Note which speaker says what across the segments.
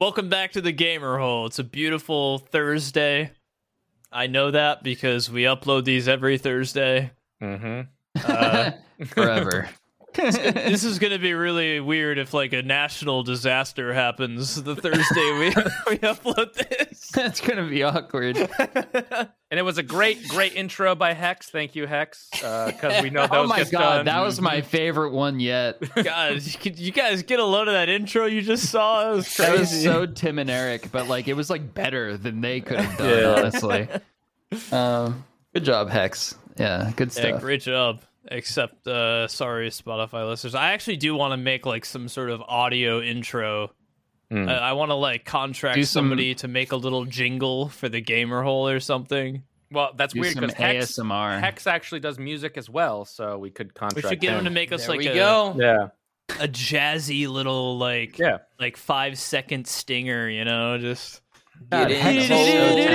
Speaker 1: Welcome back to the Gamer Hole. It's a beautiful Thursday. I know that because we upload these every Thursday.
Speaker 2: Mm-hmm.
Speaker 1: Uh,
Speaker 3: forever.
Speaker 1: this is going to be really weird if like a national disaster happens the Thursday we, we upload this.
Speaker 3: That's gonna be awkward.
Speaker 2: And it was a great, great intro by Hex. Thank you, Hex, because we know that
Speaker 3: oh
Speaker 2: was
Speaker 3: my
Speaker 2: just
Speaker 3: god,
Speaker 2: done.
Speaker 3: that was my favorite one yet.
Speaker 1: God, you, could- you guys get a load of that intro you just saw. It was crazy.
Speaker 3: That was so Tim and Eric, but like it was like better than they could have done.
Speaker 2: Yeah.
Speaker 3: Honestly, um, good job, Hex. Yeah, good
Speaker 1: Yeah,
Speaker 3: stuff.
Speaker 1: great job. Except, uh, sorry, Spotify listeners. I actually do want to make like some sort of audio intro.
Speaker 2: Mm.
Speaker 1: I, I want to like contract
Speaker 3: Hmm. Do some-
Speaker 1: somebody to make a little jingle for the gamer hole or something.
Speaker 2: well, that's
Speaker 3: Do
Speaker 2: weird
Speaker 3: some
Speaker 2: because Hex,
Speaker 3: ASMR.
Speaker 2: Hex actually does music as well, so we could
Speaker 1: We
Speaker 2: contract.
Speaker 1: should get
Speaker 2: him.
Speaker 1: him to make us
Speaker 3: There
Speaker 1: like
Speaker 3: we
Speaker 1: a,
Speaker 3: go.
Speaker 2: Yeah,
Speaker 1: a jazzy little like
Speaker 2: yeah.
Speaker 1: like five second stinger, you know, just
Speaker 3: God,
Speaker 4: Get
Speaker 3: Hex
Speaker 4: in.
Speaker 3: is so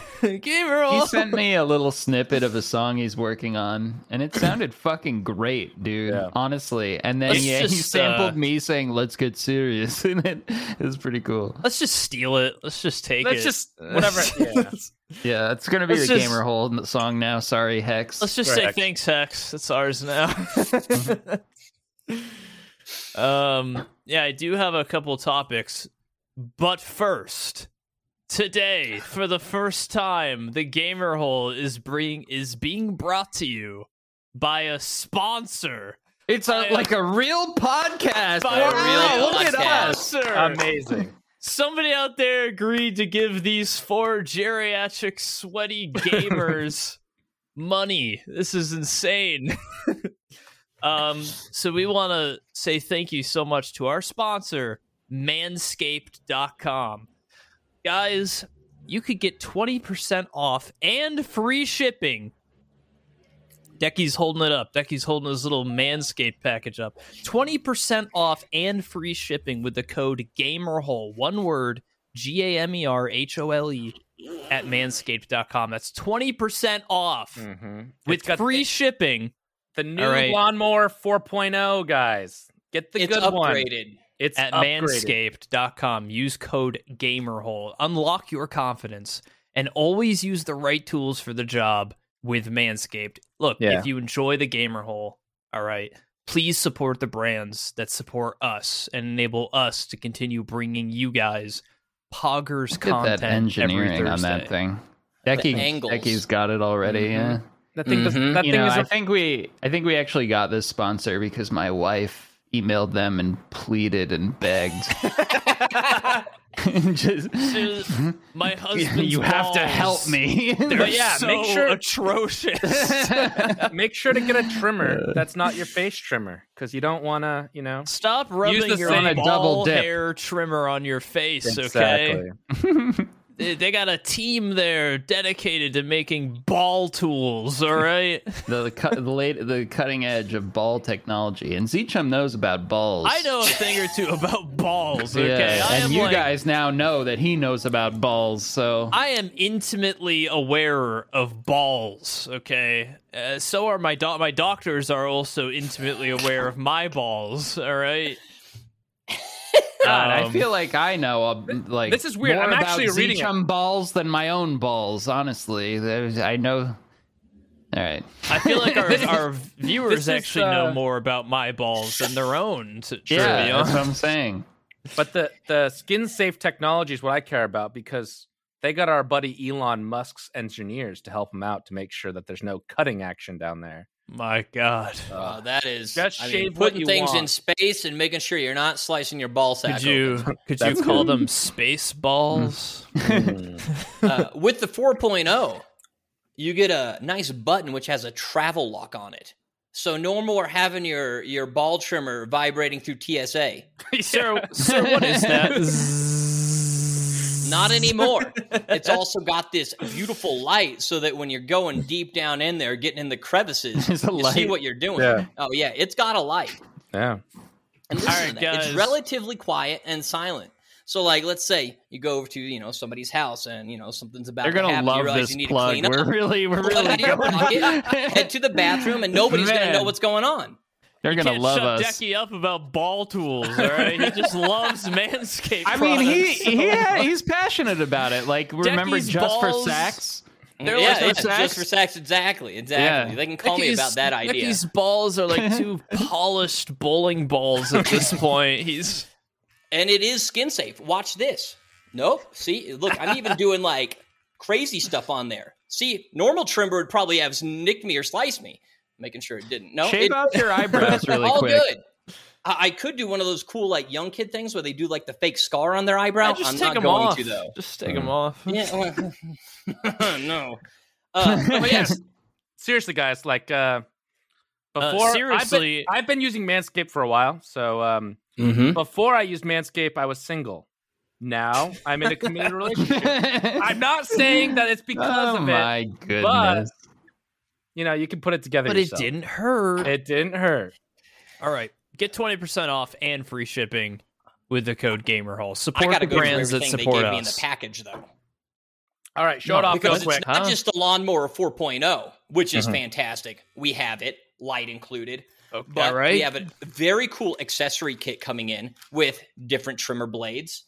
Speaker 3: talented.
Speaker 1: gamer
Speaker 3: He
Speaker 1: hole.
Speaker 3: sent me a little snippet of a song he's working on, and it sounded fucking great, dude.
Speaker 2: Yeah.
Speaker 3: Honestly, and then
Speaker 1: Let's
Speaker 3: he, he
Speaker 1: just,
Speaker 3: sampled
Speaker 1: uh,
Speaker 3: me saying "Let's get serious," and it it was pretty cool.
Speaker 1: Let's just steal it. Let's just take
Speaker 2: Let's
Speaker 1: it.
Speaker 2: just whatever. yeah.
Speaker 3: Yeah, it's gonna be
Speaker 1: Let's
Speaker 3: the
Speaker 1: just-
Speaker 3: gamer hold n- song now. Sorry, Hex.
Speaker 1: Let's just
Speaker 2: Right,
Speaker 1: say
Speaker 2: Hex.
Speaker 1: thanks, Hex. It's ours now. um, yeah, I do have a couple topics, but first, today for the first time, the gamer hole is bring is being brought to you by a sponsor.
Speaker 3: it's
Speaker 1: By
Speaker 3: a,
Speaker 1: a-
Speaker 3: like a real podcast.
Speaker 1: By
Speaker 4: a
Speaker 3: Wow,
Speaker 4: real
Speaker 3: look at
Speaker 4: podcast.
Speaker 3: us.
Speaker 1: Sponsor.
Speaker 2: Amazing.
Speaker 1: Somebody out there agreed to give these four geriatric sweaty gamers money. This is insane. um, so we want to say thank you so much to our sponsor, manscaped.com. Guys, you could get 20% off and free shipping. Decky's holding it up. Decky's holding his little Manscaped package up. 20% off and free shipping with the code GAMERHOLE, one word, G A M E R H O L E, at manscaped.com. That's 20% off
Speaker 2: mm-hmm.
Speaker 1: with free shipping.
Speaker 2: the new
Speaker 1: All right.
Speaker 2: lawnmower 4.0 guys. Get the
Speaker 4: it's
Speaker 2: good one.
Speaker 4: upgraded.
Speaker 2: It's
Speaker 1: at
Speaker 2: upgraded.
Speaker 1: manscaped.com. Use code GAMERHOLE. Unlock your confidence and always use the right tools for the job with Manscaped. Look,
Speaker 2: Yeah.
Speaker 1: if you enjoy the GamerHole, all right, please support the brands that support us and enable us to continue bringing you guys Poggers
Speaker 3: Look at
Speaker 1: content
Speaker 3: that engineering
Speaker 1: every
Speaker 3: on that
Speaker 1: Thursday.
Speaker 3: thing. Decky,
Speaker 4: angles.
Speaker 3: Decky's got it already. Yeah.
Speaker 2: That thing, does,
Speaker 4: Mhm.
Speaker 2: that
Speaker 3: Mm-hmm. you
Speaker 2: thing
Speaker 3: know,
Speaker 2: is
Speaker 3: I
Speaker 2: a-
Speaker 3: think we, I think we actually got this sponsor because my wife emailed them and pleaded and begged. Just,
Speaker 1: Dude, My husband,
Speaker 3: you have to help me.
Speaker 1: They're
Speaker 2: But yeah,
Speaker 1: so
Speaker 2: make sure-
Speaker 1: atrocious.
Speaker 2: make sure to get a trimmer that's not your face trimmer because you don't want to, you know.
Speaker 1: Stop rubbing
Speaker 2: the
Speaker 1: your
Speaker 2: same-
Speaker 1: ball
Speaker 2: On
Speaker 3: a double dip.
Speaker 1: hair trimmer on your face, okay? They, they got a team there dedicated to making ball tools, all right?
Speaker 3: the cut, the late, the cutting edge of ball technology, and Zichum knows about balls.
Speaker 1: I know a thing or two about balls,
Speaker 3: Yeah,
Speaker 1: okay? I am
Speaker 3: and you
Speaker 1: like- Um,
Speaker 3: guys now know that he knows about balls. So
Speaker 1: I am intimately aware of balls, okay? Uh, so are my do- my doctors are also intimately aware of my balls, all right?
Speaker 3: God, I
Speaker 1: Um,
Speaker 3: feel like I know uh, like
Speaker 2: this is weird.
Speaker 3: More
Speaker 2: I'm
Speaker 3: about
Speaker 2: actually reading it.
Speaker 3: Zichum balls than my own balls. Honestly, There's- I know. All right,
Speaker 1: I feel like our, our viewers
Speaker 2: this is,
Speaker 1: actually know
Speaker 2: uh,
Speaker 1: more about my balls than their own. To, to
Speaker 3: yeah,
Speaker 1: be
Speaker 3: that's
Speaker 1: honest.
Speaker 3: what I'm saying.
Speaker 2: But the, the skin safe technology is what I care about because they got our buddy Elon Musk's engineers to help him out to make sure that there's no cutting action down there.
Speaker 1: My God.
Speaker 4: Oh, that is
Speaker 2: Uh, Just
Speaker 4: I mean,
Speaker 2: shave what
Speaker 4: putting
Speaker 2: you
Speaker 4: things in
Speaker 2: want.
Speaker 4: space and making sure you're not slicing your ball sack.
Speaker 1: Could you could you
Speaker 2: That's
Speaker 1: call them space balls?
Speaker 4: open. Uh, with the 4.0, you get a nice button which has a travel lock on it. So no more having your your ball trimmer vibrating through TSA.
Speaker 1: Sir, sir, what is that?
Speaker 4: Not anymore. it's also got this beautiful light so that when you're going deep down in there, getting in the crevices,
Speaker 3: There's
Speaker 4: you
Speaker 3: a
Speaker 4: see
Speaker 3: light.
Speaker 4: what you're doing.
Speaker 2: Yeah.
Speaker 4: Oh yeah, it's got a light.
Speaker 2: Yeah.
Speaker 4: And listen
Speaker 1: Alright,
Speaker 4: to that.
Speaker 1: guys.
Speaker 4: It's relatively quiet and silent. So, like, let's say you go over to you know somebody's house and you know something's about.
Speaker 3: They're
Speaker 4: to
Speaker 3: gonna
Speaker 4: happen. you
Speaker 3: love
Speaker 4: realize
Speaker 3: this
Speaker 4: you need
Speaker 3: plug.
Speaker 4: To clean
Speaker 3: We're
Speaker 4: up.
Speaker 3: really, we're
Speaker 4: Pull it
Speaker 3: really
Speaker 4: out of your
Speaker 3: going.
Speaker 4: pocket, head to the bathroom, and nobody's
Speaker 3: Man.
Speaker 4: gonna know what's going on.
Speaker 3: They're
Speaker 1: You
Speaker 3: gonna
Speaker 1: can't
Speaker 3: love
Speaker 1: shut
Speaker 3: us.
Speaker 1: Decky up about ball tools. All right, he just loves Manscaped.
Speaker 3: I mean, he,
Speaker 1: products.
Speaker 3: he he's passionate about it. Like remember,
Speaker 1: Decky's
Speaker 3: just
Speaker 1: balls-
Speaker 3: for sex.
Speaker 1: They're
Speaker 4: yeah,
Speaker 1: like
Speaker 4: yeah,
Speaker 1: those
Speaker 4: just
Speaker 3: sacks.
Speaker 4: for sex. Exactly, exactly.
Speaker 3: Yeah.
Speaker 4: They can call me
Speaker 1: Decky's-
Speaker 4: about that idea.
Speaker 1: Decky's balls are like two polished bowling balls at this point. He's
Speaker 4: and it is skin safe. Watch this. Nope. See, look, I'm even doing like crazy stuff on there. See, normal trimmer would probably have nicked me or sliced me, making sure it didn't. No,
Speaker 3: Shave
Speaker 4: Oh, it,
Speaker 3: out your eyebrows really
Speaker 4: all
Speaker 3: quick.
Speaker 4: good. I, I could do one of those cool like young kid things where they do like the fake scar on their eyebrow.
Speaker 1: I just
Speaker 4: I'm
Speaker 1: take
Speaker 4: not
Speaker 1: him
Speaker 4: going
Speaker 1: off.
Speaker 4: to though.
Speaker 1: Just take him off.
Speaker 4: Yeah. well, no. Uh, but yes,
Speaker 2: seriously, guys, like uh
Speaker 1: Uh,
Speaker 2: before I've been-
Speaker 1: seriously.
Speaker 2: I've been, using Manscaped for a while. So um
Speaker 3: Mm-hmm.
Speaker 2: before I used Manscaped, I was single. Now I'm in a committed relationship. I'm not saying that it's because
Speaker 3: oh
Speaker 2: of it.
Speaker 3: my goodness!
Speaker 2: You know, you can put it together.
Speaker 1: But
Speaker 2: yourself.
Speaker 1: it didn't hurt.
Speaker 2: It didn't hurt.
Speaker 1: All right, get twenty percent off and free shipping with the code GamerHall.
Speaker 4: I
Speaker 1: Support
Speaker 4: gotta
Speaker 1: the
Speaker 4: go through
Speaker 1: brands that
Speaker 4: everything they
Speaker 1: support
Speaker 4: gave me in the
Speaker 1: us.
Speaker 4: package though.
Speaker 2: All right, show
Speaker 1: No,
Speaker 2: it off real
Speaker 4: because
Speaker 2: quick.
Speaker 4: it's not just the lawnmower 4.0, which is
Speaker 3: Mm-hmm.
Speaker 2: Mhm.
Speaker 4: fantastic. We have it, light included.
Speaker 2: Okay.
Speaker 4: But
Speaker 1: right?
Speaker 4: we have a very cool accessory kit coming in with different trimmer blades,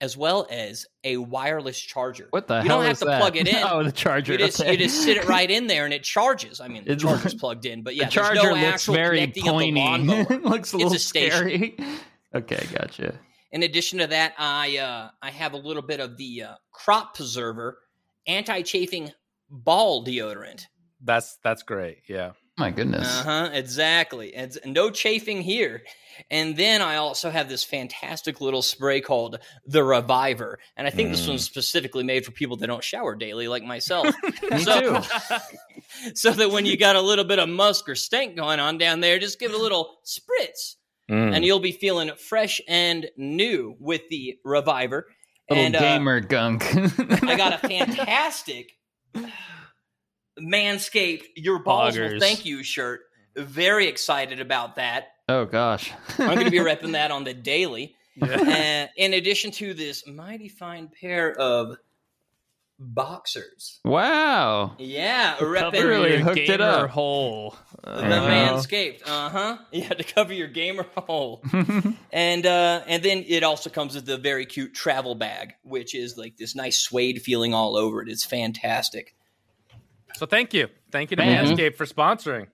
Speaker 4: as well as a wireless charger.
Speaker 3: What the
Speaker 4: you
Speaker 3: hell
Speaker 4: don't have
Speaker 3: is
Speaker 4: to
Speaker 3: that?
Speaker 4: plug it in.
Speaker 3: Oh, the charger.
Speaker 4: You just,
Speaker 3: okay.
Speaker 4: you just sit it right in there and it charges. I mean, the
Speaker 3: It's-
Speaker 4: charger's plugged in, but yeah,
Speaker 3: the
Speaker 4: there's
Speaker 3: charger
Speaker 4: no
Speaker 3: looks
Speaker 4: actual
Speaker 3: very
Speaker 4: connecting of the
Speaker 3: pointy.
Speaker 4: lawnmower.
Speaker 3: looks a
Speaker 4: It's
Speaker 3: little
Speaker 4: a station.
Speaker 3: scary. Okay, gotcha.
Speaker 4: In addition to that, I uh, I have a little bit of the uh, crop preserver anti-chafing ball deodorant.
Speaker 2: That's that's great. Yeah.
Speaker 3: My goodness.
Speaker 4: Uh huh. Exactly. And it's- no chafing here. And then I also have this fantastic little spray called the Reviver, and I think this
Speaker 2: Mm.
Speaker 4: one's specifically made for people that don't shower daily, like myself.
Speaker 3: Me
Speaker 4: so,
Speaker 3: too.
Speaker 4: so that when you got a little bit of musk or stink going on down there, just give it a little spritz,
Speaker 2: Hmm.
Speaker 4: and you'll be feeling fresh and new with the Reviver.
Speaker 3: Little
Speaker 4: and uh,
Speaker 3: gamer gunk.
Speaker 4: I got a fantastic Manscaped Your Balls Will
Speaker 1: Poggers.
Speaker 4: Thank You shirt. Very excited about that.
Speaker 3: oh gosh.
Speaker 4: I'm going to be repping that on the daily.
Speaker 2: Yeah.
Speaker 4: Uh, in addition to this mighty fine pair of boxers.
Speaker 3: wow.
Speaker 4: Yeah,
Speaker 1: Cover
Speaker 4: repping
Speaker 3: Really
Speaker 1: your
Speaker 3: hooked it up.
Speaker 1: GamerHole.
Speaker 4: the
Speaker 3: Wow.
Speaker 4: manscaped. Uh huh. Yeah, to cover your gamer hole. and uh, and then it also comes with the very cute travel bag, which is like this nice suede feeling all over it. It's fantastic.
Speaker 2: So thank you. Thank you to
Speaker 3: Mhm.
Speaker 2: Manscaped for sponsoring.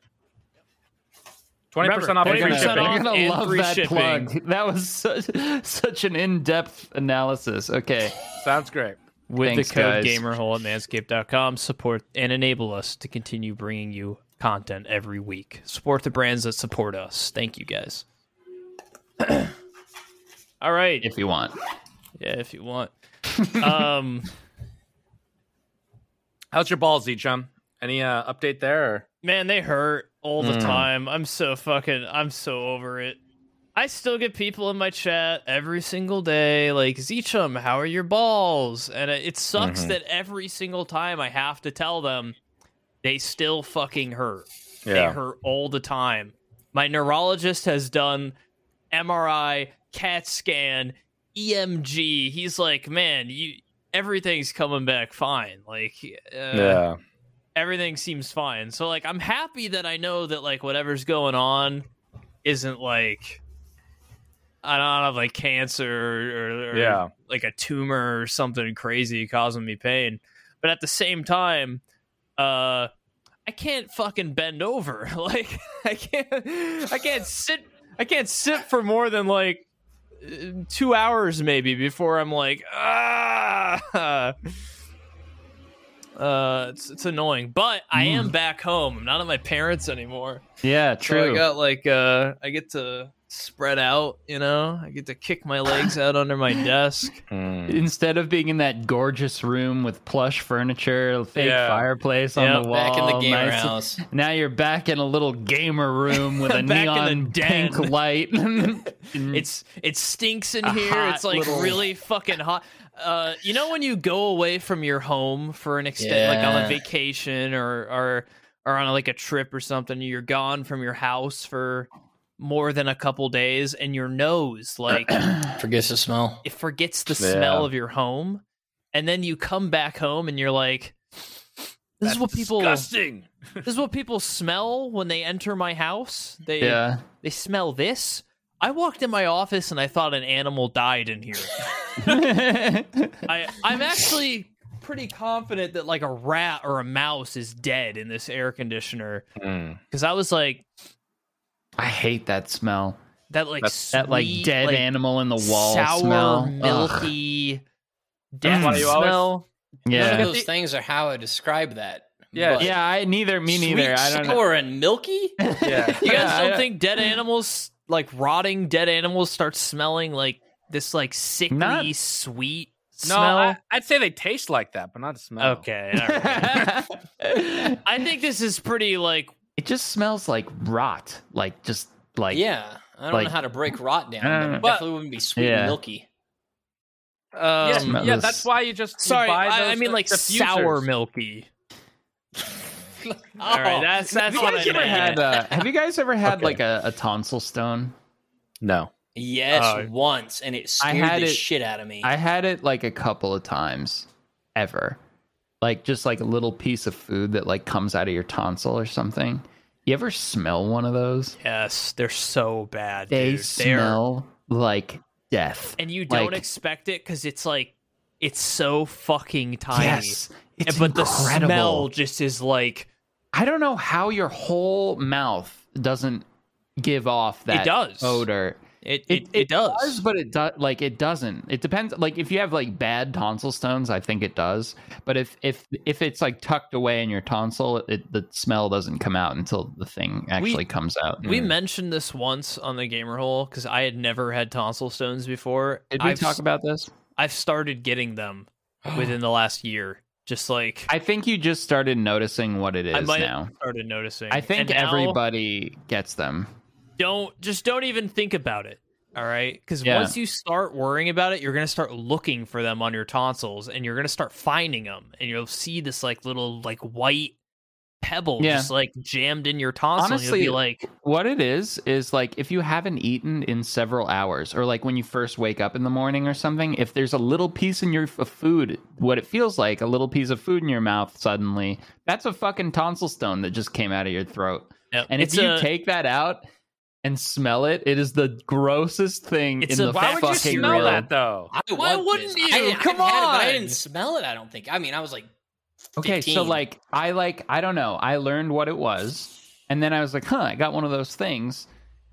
Speaker 2: 20% off
Speaker 1: Remember,
Speaker 2: free
Speaker 1: 20%
Speaker 2: shipping.
Speaker 1: off.
Speaker 3: You're gonna
Speaker 1: and
Speaker 3: love
Speaker 1: free
Speaker 3: that
Speaker 1: shipping.
Speaker 3: plug. That was such, such an in-depth analysis. Okay.
Speaker 2: Sounds great.
Speaker 1: With
Speaker 3: Thanks,
Speaker 1: the code
Speaker 3: guys.
Speaker 1: GamerHole at manscaped.com, support and enable us to continue bringing you content every week. Support the brands that support us. Thank you, guys. All right.
Speaker 3: If you want.
Speaker 1: yeah, if you want. um,
Speaker 2: How's your balls, Z Chum? Any uh, update there? Or?
Speaker 1: man, they hurt all the time. I'm so fucking, I'm so over it. I still get people in my chat every single day, like Zichum, how are your balls? And it it sucks that every single time I have to tell them, they still fucking hurt. They hurt all the time. My neurologist has done MRI, CAT scan, EMG. He's like, man, you everything's coming back fine. Like, uh,
Speaker 2: yeah.
Speaker 1: everything seems fine. So like I'm happy that I know that like whatever's going on isn't like I don't have like cancer or, or
Speaker 2: Yeah.
Speaker 1: like a tumor or something crazy causing me pain. But at the same time, uh I can't fucking bend over. Like I can't I can't sit I can't sit for more than like uh, 2 hours maybe before I'm like ah uh, it's it's annoying, but I
Speaker 3: Mm.
Speaker 1: am back home. I'm not at my parents anymore.
Speaker 3: Yeah,
Speaker 1: So I
Speaker 3: true.
Speaker 1: got like uh, I get to spread out. You know, I get to kick my legs out under my desk.
Speaker 2: Hmm.
Speaker 3: Instead of being in that gorgeous room with plush furniture, fake
Speaker 2: Yeah.
Speaker 3: fireplace
Speaker 1: Yeah.
Speaker 3: on the wall,
Speaker 4: Back in the gamer
Speaker 3: nice-
Speaker 4: house.
Speaker 3: Now you're back in a little gamer room with
Speaker 1: Back
Speaker 3: a
Speaker 1: in the
Speaker 3: neon
Speaker 1: den.
Speaker 3: pink light. Mm.
Speaker 1: It's
Speaker 3: it's
Speaker 1: it stinks in
Speaker 3: A
Speaker 1: here.
Speaker 3: hot
Speaker 1: It's like
Speaker 3: little-
Speaker 1: really fucking hot. Uh, you know when you go away from your home for an extent, like on
Speaker 4: Yeah.
Speaker 1: a vacation or or or on like a trip or something, you're gone from your house for more than a couple days, and your nose like
Speaker 4: Forgets the smell.
Speaker 1: it forgets the
Speaker 2: Yeah.
Speaker 1: smell of your home and then you come back home and you're like this is
Speaker 2: That's
Speaker 1: what people
Speaker 2: disgusting.
Speaker 1: this is what people smell when they enter my house. They
Speaker 3: Yeah.
Speaker 1: they smell this. I walked in my office and I thought an animal died in here. I I'm actually pretty confident that like a rat or a mouse is dead in this air conditioner
Speaker 2: Hmm.
Speaker 1: because I was like
Speaker 3: I hate that smell.
Speaker 1: that like sweet,
Speaker 3: That like dead
Speaker 1: like,
Speaker 3: animal in the wall
Speaker 1: sour
Speaker 3: smell. Ugh.
Speaker 1: milky
Speaker 2: That's
Speaker 1: death
Speaker 2: why you always-
Speaker 1: smell.
Speaker 4: None
Speaker 3: Yeah.
Speaker 4: of those things are how I describe that.
Speaker 2: Yeah.
Speaker 4: but
Speaker 3: Yeah, I neither me
Speaker 4: sweet,
Speaker 3: neither. I don't know.
Speaker 4: sour, and milky.
Speaker 2: Yeah.
Speaker 1: You guys
Speaker 3: Yeah, I
Speaker 1: don't Mm.
Speaker 3: don't-
Speaker 1: think dead animals, like rotting dead animals, start smelling like this, like sickly
Speaker 3: Not-
Speaker 1: sweet
Speaker 2: No,
Speaker 1: smell?
Speaker 2: I, would say they taste like that, but not a smell.
Speaker 1: okay, all right. I think this is pretty like
Speaker 3: it just smells like rot. Like just like
Speaker 4: yeah, I don't
Speaker 3: like-
Speaker 4: know how to break rot down,
Speaker 3: I don't
Speaker 4: but it
Speaker 2: know.
Speaker 4: definitely wouldn't be sweet
Speaker 3: Yeah.
Speaker 4: and milky.
Speaker 2: Yeah,
Speaker 3: Um,
Speaker 2: yeah, that's why you just you
Speaker 1: sorry,
Speaker 2: buy
Speaker 1: I, I
Speaker 2: those
Speaker 1: mean like
Speaker 2: diffusers.
Speaker 1: sour milky. Oh, All
Speaker 4: Oh,
Speaker 1: right, that's that's
Speaker 3: Have you
Speaker 1: what
Speaker 3: guys
Speaker 1: I
Speaker 3: ever
Speaker 1: meant.
Speaker 3: had? Uh, have you guys ever had
Speaker 2: Okay.
Speaker 3: like a, a tonsil stone?
Speaker 2: No.
Speaker 4: Yes,
Speaker 1: Uh,
Speaker 4: once, and it
Speaker 3: oh, I
Speaker 4: scared
Speaker 3: had
Speaker 4: the
Speaker 3: it-
Speaker 4: shit out of me.
Speaker 3: I had it like a couple of times, ever, like just like a little piece of food that like comes out of your tonsil or something. You ever smell one of those?
Speaker 1: yes, they're so bad.
Speaker 3: They
Speaker 1: dude. They're-
Speaker 3: smell like death.
Speaker 1: and you don't
Speaker 3: like-
Speaker 1: expect it because it's like it's so fucking tiny.
Speaker 3: Yes, it's
Speaker 1: but the
Speaker 3: incredible.
Speaker 1: smell just is like
Speaker 3: I don't know how your whole mouth doesn't give off that
Speaker 1: does.
Speaker 3: odor.
Speaker 1: it. It, it, does.
Speaker 3: but it does like it doesn't. It depends. Like if you have like bad tonsil stones, I think it does. But if if if it's like tucked away in your tonsil, it the smell doesn't come out until the thing actually comes out. Mm.
Speaker 1: We mentioned this once on the gamer hole because I had never had tonsil stones before.
Speaker 3: Did we
Speaker 1: I've,
Speaker 3: talk about this?
Speaker 1: I've started getting them within the last year. Just like
Speaker 3: I think you just started noticing what it is
Speaker 1: I might
Speaker 3: now.
Speaker 1: have started noticing.
Speaker 3: I
Speaker 1: And
Speaker 3: think
Speaker 1: now,
Speaker 3: everybody gets them.
Speaker 1: don't just don't even think about it. All right, because
Speaker 3: Yeah.
Speaker 1: once you start worrying about it, you're gonna start looking for them on your tonsils, and you're gonna start finding them, and you'll see this like little like white pebble
Speaker 3: Yeah.
Speaker 1: just like jammed in your tonsil. and
Speaker 3: Honestly,
Speaker 1: you'll be like,
Speaker 3: What it is is like if you haven't eaten in several hours, or like when you first wake up in the morning or something. If there's a little piece in your of food, what it feels like a little piece of food in your mouth suddenly, that's a fucking tonsil stone that just came out of your throat.
Speaker 1: "Yep,
Speaker 3: And
Speaker 1: it's
Speaker 3: if you
Speaker 1: a-
Speaker 3: take that out and smell it, it is the grossest thing
Speaker 1: It's
Speaker 3: in
Speaker 1: a-
Speaker 3: the
Speaker 2: Why would you
Speaker 3: fucking
Speaker 2: smell
Speaker 3: world.
Speaker 2: that though?
Speaker 4: I
Speaker 1: Why
Speaker 4: want
Speaker 1: wouldn't
Speaker 4: this.
Speaker 1: you?
Speaker 4: I, I've
Speaker 1: Come
Speaker 4: had it, but I
Speaker 1: on.
Speaker 4: didn't smell it. I don't think. I mean, I was like,
Speaker 3: Okay, so
Speaker 4: 15.
Speaker 3: like I like I don't know. I learned what it was, and then I was like, huh, I got one of those things,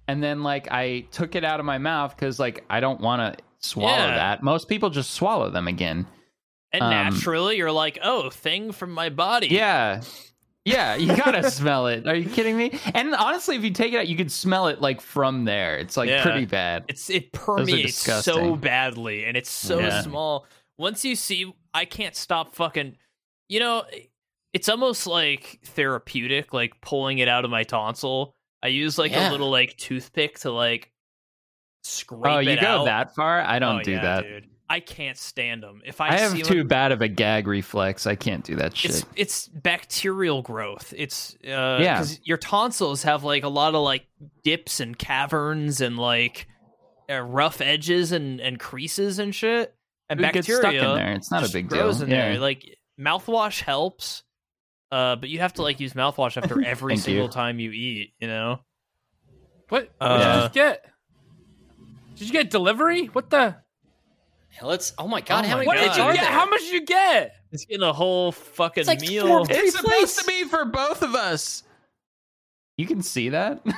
Speaker 3: and then like I took it out of my mouth because like I don't want to swallow
Speaker 1: Yeah.
Speaker 3: that. Most people just swallow them again.
Speaker 1: And
Speaker 3: Um,
Speaker 1: naturally, you're like, oh, thing from my body.
Speaker 3: Yeah. Yeah, you gotta smell it. Are you kidding me? And honestly, if you take it out, you could smell it like from there. It's like
Speaker 1: Yeah.
Speaker 3: pretty bad.
Speaker 1: it's it permeates so
Speaker 3: disgusting.
Speaker 1: badly, and it's so
Speaker 3: Yeah.
Speaker 1: small. Once you see, I can't stop fucking. You know, it's almost like therapeutic, like pulling it out of my tonsil. I use like
Speaker 4: Yeah.
Speaker 1: a little like toothpick to like scrape.
Speaker 3: Oh, you
Speaker 1: it
Speaker 3: go
Speaker 1: out.
Speaker 3: that far? I don't
Speaker 1: Oh,
Speaker 3: do
Speaker 1: yeah,
Speaker 3: that.
Speaker 1: dude. I can't stand them. If I,
Speaker 3: I have
Speaker 1: see 'em-
Speaker 3: too bad of a gag reflex. I can't do that shit.
Speaker 1: it's it's bacterial growth. It's uh,
Speaker 3: Yeah.
Speaker 1: 'cause your tonsils have like a lot of like dips and caverns and like uh, rough edges and and creases and shit. And
Speaker 3: It gets
Speaker 1: bacteria
Speaker 3: stuck in there. It's not a
Speaker 1: just
Speaker 3: big
Speaker 1: grows
Speaker 3: deal.
Speaker 1: in
Speaker 3: Yeah.
Speaker 1: there. Like mouthwash helps, uh, but you have to like use mouthwash after every
Speaker 3: Thank you.
Speaker 1: single time you eat. You know.
Speaker 2: What, what did you
Speaker 1: Uh,
Speaker 2: just get? Did you get delivery? What the?
Speaker 4: let's. Oh my god,
Speaker 1: Oh
Speaker 4: how
Speaker 1: my
Speaker 4: many
Speaker 2: What
Speaker 1: God.
Speaker 2: did
Speaker 4: plates
Speaker 2: you
Speaker 4: are
Speaker 2: get?
Speaker 4: there?
Speaker 2: How much did you get?
Speaker 1: It's getting a whole fucking
Speaker 4: It's like
Speaker 1: meal.
Speaker 4: four-
Speaker 3: It's supposed
Speaker 4: place.
Speaker 3: to be for both of us. You can see that.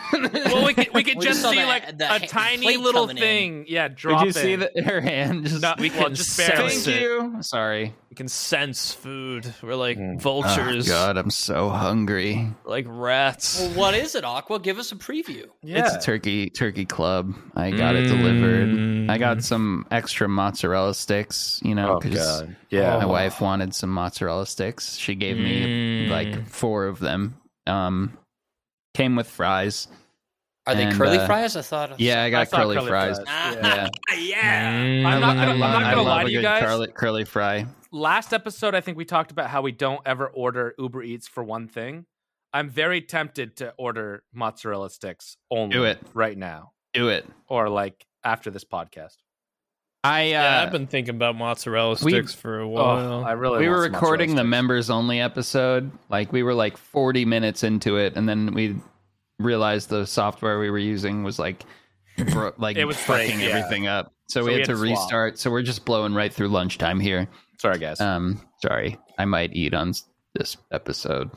Speaker 2: Well, we could, we could
Speaker 4: We
Speaker 2: just
Speaker 4: saw
Speaker 2: see
Speaker 4: the-
Speaker 2: like
Speaker 4: the
Speaker 2: a
Speaker 4: ha-
Speaker 2: tiny
Speaker 4: plate
Speaker 2: little
Speaker 4: coming in.
Speaker 2: thing. Yeah,
Speaker 3: Did
Speaker 2: drop
Speaker 3: you see
Speaker 2: in.
Speaker 3: that her hand? Just
Speaker 2: No, we
Speaker 1: well,
Speaker 2: can
Speaker 1: just
Speaker 2: just
Speaker 1: barely.
Speaker 2: barely.
Speaker 3: thank
Speaker 1: sense it.
Speaker 3: you. Sorry.
Speaker 1: We can sense food. We're like
Speaker 3: Ah,
Speaker 2: Mm.
Speaker 1: vultures,
Speaker 3: I'm so hungry.
Speaker 1: like rats.
Speaker 4: Well, what is it, Aqua? Give us a preview.
Speaker 2: Yeah.
Speaker 3: It's a turkey turkey club. I got it delivered. I got some extra mozzarella sticks. You know, 'cause my
Speaker 2: oh,
Speaker 3: wife wanted some mozzarella sticks. She gave me like four of them. Um, came with fries.
Speaker 4: Are they
Speaker 3: And,
Speaker 4: curly
Speaker 3: uh,
Speaker 4: fries? I thought.
Speaker 3: Yeah, I got
Speaker 2: saw
Speaker 3: curly, fries.
Speaker 4: Ah,
Speaker 3: Yeah.
Speaker 4: yeah.
Speaker 2: I'm not
Speaker 3: I
Speaker 2: gonna, I'm
Speaker 3: love-
Speaker 2: not
Speaker 3: I
Speaker 2: gonna
Speaker 3: love
Speaker 2: lie
Speaker 3: a
Speaker 2: to you
Speaker 3: good
Speaker 2: guys.
Speaker 3: Curly, curly fry.
Speaker 2: Last episode, I think we talked about how we don't ever order Uber Eats for one thing. I'm very tempted to order mozzarella sticks only
Speaker 3: Do it.
Speaker 2: right now
Speaker 3: Do it.
Speaker 2: or like after this podcast.
Speaker 3: I uh,
Speaker 1: yeah, I've been thinking about mozzarella sticks for
Speaker 3: Oh,
Speaker 1: a while.
Speaker 2: Oh, I really
Speaker 3: we
Speaker 2: want
Speaker 3: were
Speaker 2: some
Speaker 3: recording the
Speaker 2: mozzarella
Speaker 3: members only episode. Like we were like 40 minutes into it, and then we realized the software we were using was like, bro- like
Speaker 1: It was
Speaker 3: fucking
Speaker 1: break, yeah.
Speaker 3: everything up. So,
Speaker 2: So
Speaker 3: we,
Speaker 2: we had
Speaker 3: had to
Speaker 2: to swap.
Speaker 3: restart. So we're just blowing right through lunchtime here.
Speaker 2: sticks. Sorry, guys.
Speaker 4: Uh,
Speaker 3: Um, sorry, I might eat on s- this episode.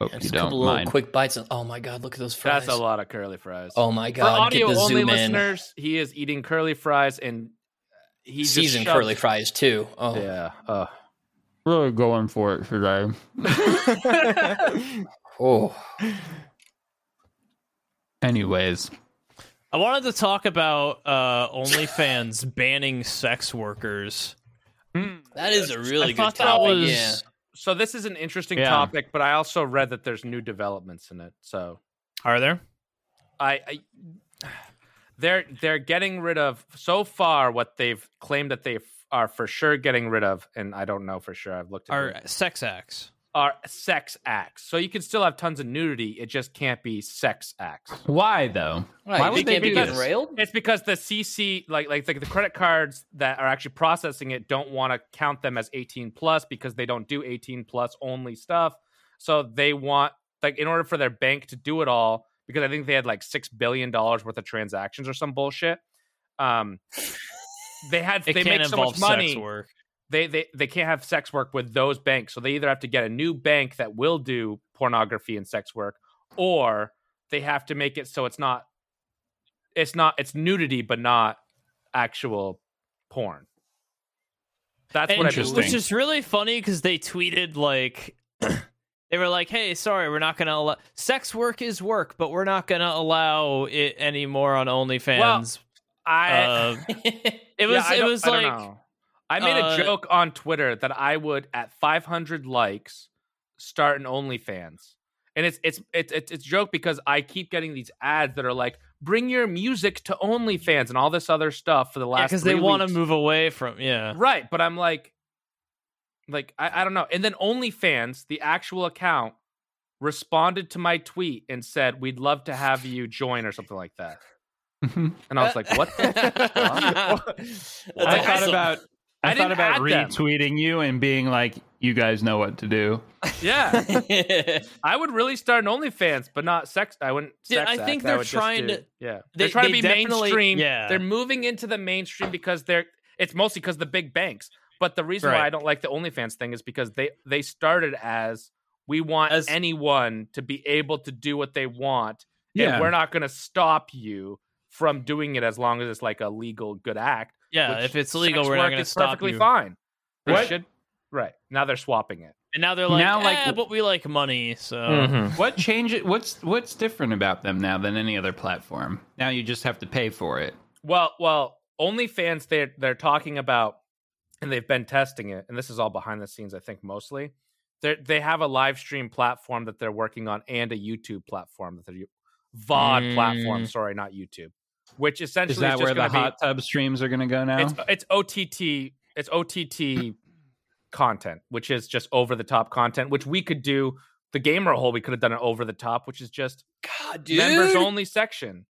Speaker 3: Hope you
Speaker 4: Just a couple
Speaker 3: don't
Speaker 4: little
Speaker 3: mind.
Speaker 4: quick bites. Of, oh my god, look at those fries!
Speaker 2: That's a lot of curly fries.
Speaker 4: Oh my
Speaker 2: For
Speaker 4: god,
Speaker 2: audio
Speaker 4: get the
Speaker 2: only
Speaker 4: zoom in.
Speaker 2: listeners, he is eating curly fries and he just
Speaker 4: Seasoned
Speaker 2: shoves-
Speaker 4: curly fries too. Oh,
Speaker 2: Yeah. Uh,
Speaker 3: really going for it today.
Speaker 4: oh.
Speaker 3: Anyways,
Speaker 1: I wanted to talk about uh, OnlyFans banning sex workers.
Speaker 4: that is a
Speaker 1: I
Speaker 4: really good
Speaker 1: thought
Speaker 4: topic.
Speaker 1: that was
Speaker 4: yeah.
Speaker 2: so this is an interesting
Speaker 3: Yeah.
Speaker 2: topic, but I also read that there's new developments in it. So
Speaker 1: are there?
Speaker 2: I, I they're they're getting rid of so far what they've claimed that they f- are for sure getting rid of, and I don't know for sure. I've looked at
Speaker 1: Are
Speaker 2: it,
Speaker 1: sex acts?
Speaker 2: are sex acts. So you can still have tons of nudity. It just can't be sex acts.
Speaker 3: why though?
Speaker 4: Right,
Speaker 3: Why
Speaker 4: you
Speaker 3: would they
Speaker 4: can't be
Speaker 3: do
Speaker 4: getting
Speaker 3: this?
Speaker 4: railed.
Speaker 2: It's because the CC, like like like the credit cards that are actually processing it, don't want to count them as 18 plus because they don't do 18 plus only stuff. So they want like in order for their bank to do it all because I think they had like six billion dollars worth of transactions or some bullshit. Um, they had
Speaker 1: It
Speaker 2: they
Speaker 1: can't
Speaker 2: make so much
Speaker 1: involve
Speaker 2: money
Speaker 1: sex work.
Speaker 2: they they they can't have sex work with those banks. So they either have to get a new bank that will do pornography and sex work, or they have to make it so it's not it's not it's nudity but not actual porn. That's
Speaker 1: And-
Speaker 2: what I believe.
Speaker 1: Which is really funny because they tweeted like they were like, "Hey, sorry, we're not gonna allow sex work is work, but we're not gonna allow it anymore on OnlyFans."
Speaker 2: I
Speaker 1: uh, it
Speaker 2: yeah,
Speaker 1: was
Speaker 2: I
Speaker 1: it
Speaker 2: don't-
Speaker 1: was
Speaker 2: I don't
Speaker 1: like
Speaker 2: know. I made
Speaker 1: uh,
Speaker 2: a joke on Twitter that I would at 500 likes start an OnlyFans, and it's it's it's it's, it's a joke because I keep getting these ads that are like bring your music to OnlyFans and all this other stuff for the last
Speaker 1: because they
Speaker 2: three
Speaker 1: want to
Speaker 2: weeks.
Speaker 1: move away from yeah.
Speaker 2: right, but I'm like, like I, I don't know, and then OnlyFans, the actual account, responded to my tweet and said we'd love to have you join or something like that, and I was like, what? the
Speaker 4: That's
Speaker 3: I thought
Speaker 4: awesome.
Speaker 3: about
Speaker 2: I
Speaker 3: I,
Speaker 2: didn't
Speaker 3: thought about
Speaker 2: add them.
Speaker 3: retweeting you and being like, "You guys know what to do."
Speaker 2: Yeah. I would really start an OnlyFans, but not sex. I wouldn't.
Speaker 1: Yeah,
Speaker 2: sex
Speaker 1: I think
Speaker 2: act.
Speaker 1: they're
Speaker 2: would just
Speaker 1: trying
Speaker 2: do-
Speaker 1: to-
Speaker 2: Yeah,
Speaker 1: they-
Speaker 2: they, are trying
Speaker 1: they
Speaker 2: to be
Speaker 1: definitely-
Speaker 2: mainstream.
Speaker 1: yeah.
Speaker 2: they're moving into the mainstream because they're. It's mostly because the big banks. But the reason
Speaker 1: Right.
Speaker 2: why I don't like the OnlyFans thing is because they they started as we want
Speaker 1: As-
Speaker 2: anyone to be able to do what they want,
Speaker 3: Yeah.
Speaker 2: and we're not going to stop you from doing it as long as it's like a legal good act.
Speaker 1: Yeah,
Speaker 2: which
Speaker 1: if it's
Speaker 2: sex
Speaker 1: legal, we're not
Speaker 2: work
Speaker 1: going to
Speaker 2: is
Speaker 1: stop
Speaker 2: Perfectly
Speaker 1: you.
Speaker 2: fine. They
Speaker 3: What?
Speaker 2: should- right now they're swapping it.
Speaker 1: And now they're like,
Speaker 3: Now, like, Mm-hmm.
Speaker 1: "Eh, but we like money, so
Speaker 3: What change? What's what's different about them now than any other platform? Now you just have to pay for it.
Speaker 2: Well, well, OnlyFans they're they're talking about, and they've been testing it, and this is all behind the scenes, I think mostly. They they have a live stream platform that they're working on, and a YouTube platform that they're u- VOD platform. Sorry, not YouTube, which essentially
Speaker 3: Mm. Is that
Speaker 2: just
Speaker 3: where the
Speaker 2: gonna be,
Speaker 3: hot tub streams are going to go now?
Speaker 2: it's it's OTT it's OTT content, which is just over the top content, which we could do. The gamer hole we could have done an over the top, which is just
Speaker 4: God, dude.
Speaker 2: members only section.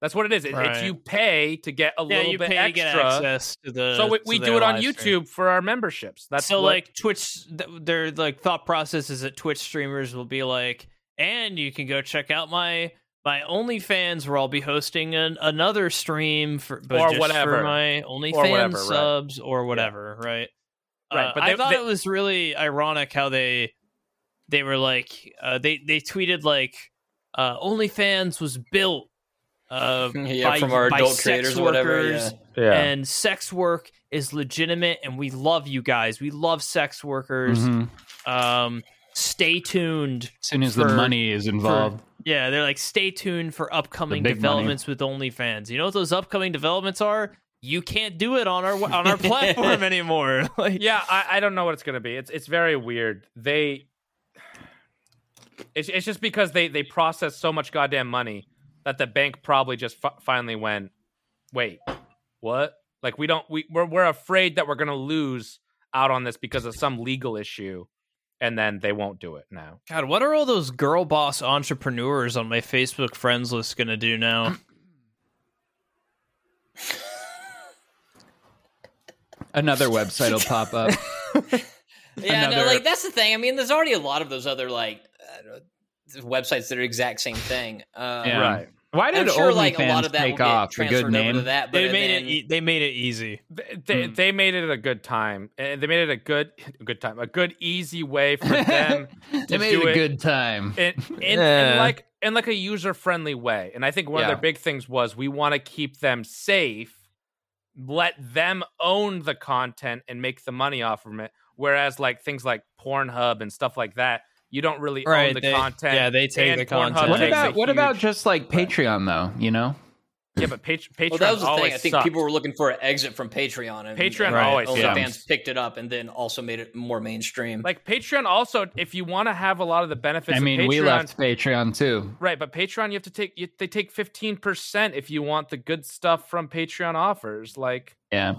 Speaker 2: That's what it is. It- It's
Speaker 1: Right.
Speaker 2: you pay to get a
Speaker 1: yeah,
Speaker 2: little
Speaker 1: you
Speaker 2: bit
Speaker 1: pay to
Speaker 2: extra.
Speaker 1: get access to the.
Speaker 2: so we,
Speaker 1: to
Speaker 2: we
Speaker 1: their
Speaker 2: do it on
Speaker 1: live
Speaker 2: YouTube
Speaker 1: stream.
Speaker 2: for our memberships. That's
Speaker 1: so
Speaker 2: what-
Speaker 1: like Twitch, th- their like thought process is that Twitch streamers will be like, and you can go check out my my OnlyFans where I'll be hosting an, another stream for but
Speaker 2: Or
Speaker 1: just
Speaker 2: whatever.
Speaker 1: for my OnlyFans
Speaker 2: whatever, right.
Speaker 1: subs or whatever, right?
Speaker 2: Right,
Speaker 1: Uh,
Speaker 2: but
Speaker 1: I
Speaker 2: they-
Speaker 1: thought
Speaker 2: they-
Speaker 1: it was really ironic how they they were like uh, they they tweeted like uh, OnlyFans was built uh,
Speaker 4: yeah,
Speaker 1: by-
Speaker 4: from our
Speaker 1: by
Speaker 4: adult
Speaker 1: sex
Speaker 4: creators or whatever. Yeah.
Speaker 1: workers and sex work is legitimate and we love you guys we love sex workers
Speaker 3: Mhm.
Speaker 1: um stay tuned
Speaker 3: As soon as
Speaker 1: for-
Speaker 3: the money is involved,
Speaker 1: yeah they're like stay tuned for upcoming
Speaker 3: big money.
Speaker 1: developments with onlyfans you know what those upcoming developments are you can't do it on our on our platform anymore like
Speaker 2: yeah, I, I don't know what it's gonna be. It's it's very weird. They it's it's just because they they process so much goddamn money that the bank probably just fi- finally went, wait, what? Like we don't we we're we're afraid that we're gonna lose out on this because of some legal issue, and then they won't do it now.
Speaker 1: god what are all those girl boss entrepreneurs on my facebook friends list gonna do now
Speaker 3: Another website will pop up.
Speaker 4: Yeah, no,
Speaker 3: Another-
Speaker 4: like that's the thing. I mean, there's already a lot of those other like uh, websites that are exact same thing. Um,
Speaker 3: Yeah.
Speaker 2: Right.
Speaker 3: Why
Speaker 4: I'm
Speaker 3: did
Speaker 4: sure
Speaker 3: OnlyFans
Speaker 4: like a lot of that will
Speaker 3: take
Speaker 4: get
Speaker 3: off the
Speaker 4: transferred
Speaker 3: good name?
Speaker 4: over to that, but
Speaker 1: They made
Speaker 4: then,
Speaker 1: it. e- They made it easy.
Speaker 2: Th- They,
Speaker 3: Hmm.
Speaker 2: they made it a good time. Eh, They made it a good a good time, a good easy way for them
Speaker 3: They
Speaker 2: to
Speaker 3: made
Speaker 2: do
Speaker 3: it a good time.
Speaker 2: in, in,
Speaker 1: Yeah.
Speaker 2: in like in like a user friendly way. And I think one of
Speaker 3: Yeah.
Speaker 2: their big things was we want to keep them safe, let them own the content and make the money off from it. Whereas like things like Pornhub and stuff like that, you don't really own the
Speaker 1: they-
Speaker 2: content.
Speaker 1: Yeah, they take
Speaker 2: and
Speaker 1: the
Speaker 2: Pornhub
Speaker 1: content.
Speaker 3: What
Speaker 2: takes
Speaker 3: about
Speaker 2: a
Speaker 3: what about
Speaker 2: huge-
Speaker 3: just like Patreon though? You know,
Speaker 2: Yeah, but Patr- Patreon
Speaker 4: Well, that was the
Speaker 2: always
Speaker 4: thing. I think
Speaker 2: sucked.
Speaker 4: people were looking for an exit from Patreon. And,
Speaker 2: Patreon
Speaker 4: and
Speaker 1: Right.
Speaker 2: always
Speaker 4: OnlyFans
Speaker 2: sucked.
Speaker 4: picked it up and then also made it more mainstream.
Speaker 2: Like Patreon also, if you want to have a lot of the benefits,
Speaker 3: I
Speaker 2: of
Speaker 3: mean,
Speaker 2: Patreon,
Speaker 3: we left Patreon too.
Speaker 2: Right, but Patreon, you have to take you, they take fifteen percent if you want the good stuff from Patreon offers. Like,
Speaker 3: Yeah,
Speaker 1: and,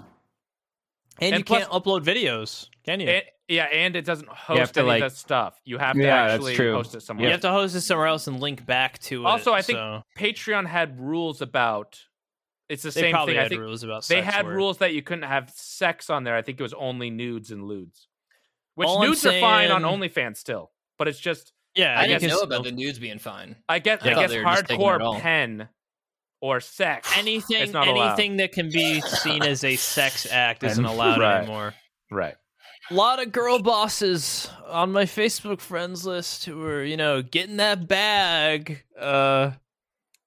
Speaker 2: and
Speaker 1: you
Speaker 2: plus-
Speaker 1: can't upload videos, can you?
Speaker 2: and- yeah, and it doesn't host
Speaker 3: have to,
Speaker 2: any
Speaker 3: like-
Speaker 2: of that stuff. You have to
Speaker 3: Yeah, that's
Speaker 2: actually
Speaker 3: true.
Speaker 2: host it somewhere.
Speaker 1: you have to host it somewhere else and link back to it.
Speaker 2: Also, I think
Speaker 1: so
Speaker 2: Patreon had rules about. It's the
Speaker 1: they
Speaker 2: same
Speaker 1: probably
Speaker 2: thing.
Speaker 1: had
Speaker 2: I think
Speaker 1: rules about.
Speaker 2: they
Speaker 1: sex
Speaker 2: had
Speaker 1: work.
Speaker 2: rules that you couldn't have sex on there. I think it was only nudes and lewds, which
Speaker 1: All I'm
Speaker 2: nudes are fine on
Speaker 1: saying-
Speaker 2: OnlyFans still, but it's just
Speaker 1: Yeah,
Speaker 4: I,
Speaker 1: you
Speaker 4: didn't
Speaker 1: can
Speaker 4: know
Speaker 1: still-
Speaker 4: about the nudes being fine.
Speaker 2: I guess
Speaker 4: Yeah.
Speaker 2: I
Speaker 4: Thought
Speaker 2: guess
Speaker 4: they were just taking it all.
Speaker 2: hardcore pen or sex
Speaker 1: anything.
Speaker 2: It's not allowed.
Speaker 1: Anything that can be seen as a sex act isn't
Speaker 3: And-
Speaker 1: allowed
Speaker 2: Right.
Speaker 1: anymore.
Speaker 2: right.
Speaker 1: A lot of girl bosses on my Facebook friends list who are, you know, getting that bag. Uh,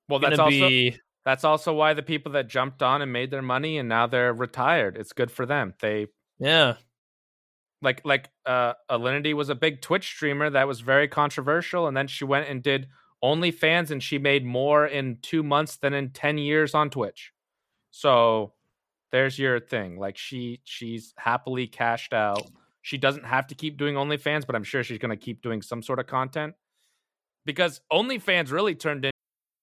Speaker 2: Well,
Speaker 1: gonna
Speaker 2: Oh, that's also
Speaker 1: be
Speaker 2: That's also why the people that jumped on and made their money and now they're retired. It's good for them. They
Speaker 1: yeah.
Speaker 2: like like uh Alinity was a big Twitch streamer that was very controversial and then she went and did OnlyFans and she made more in 2 months than in 10 years on Twitch. So there's your thing. Like she she's happily cashed out. She doesn't have to keep doing OnlyFans, but I'm sure she's going to keep doing some sort of content because OnlyFans really turned in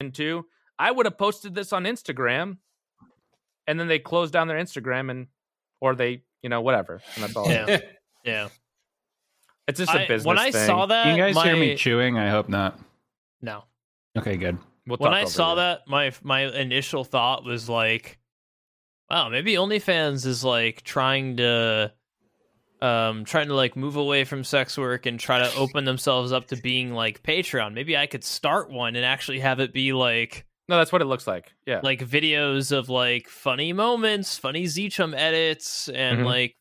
Speaker 2: into. I would have posted this on Instagram, and then they closed down their Instagram and or they, you know, whatever. And that's all. it is.
Speaker 1: Yeah. Yeah.
Speaker 2: It's just a
Speaker 1: I-
Speaker 2: business.
Speaker 1: when I
Speaker 2: thing.
Speaker 1: saw that,
Speaker 3: you guys
Speaker 1: my,
Speaker 3: hear me chewing? I hope not.
Speaker 1: No.
Speaker 3: Okay, good.
Speaker 2: We'll
Speaker 1: When
Speaker 2: talk
Speaker 1: I
Speaker 2: over
Speaker 1: saw
Speaker 2: it.
Speaker 1: that, my my initial thought was like, wow, maybe OnlyFans is like trying to um trying to like move away from sex work and try to open themselves up to being like Patreon. Maybe I could start one and actually have it be like
Speaker 2: no, that's what it looks like. Yeah,
Speaker 1: like videos of like funny moments, funny Zeechum edits, and
Speaker 2: Mhm.
Speaker 1: like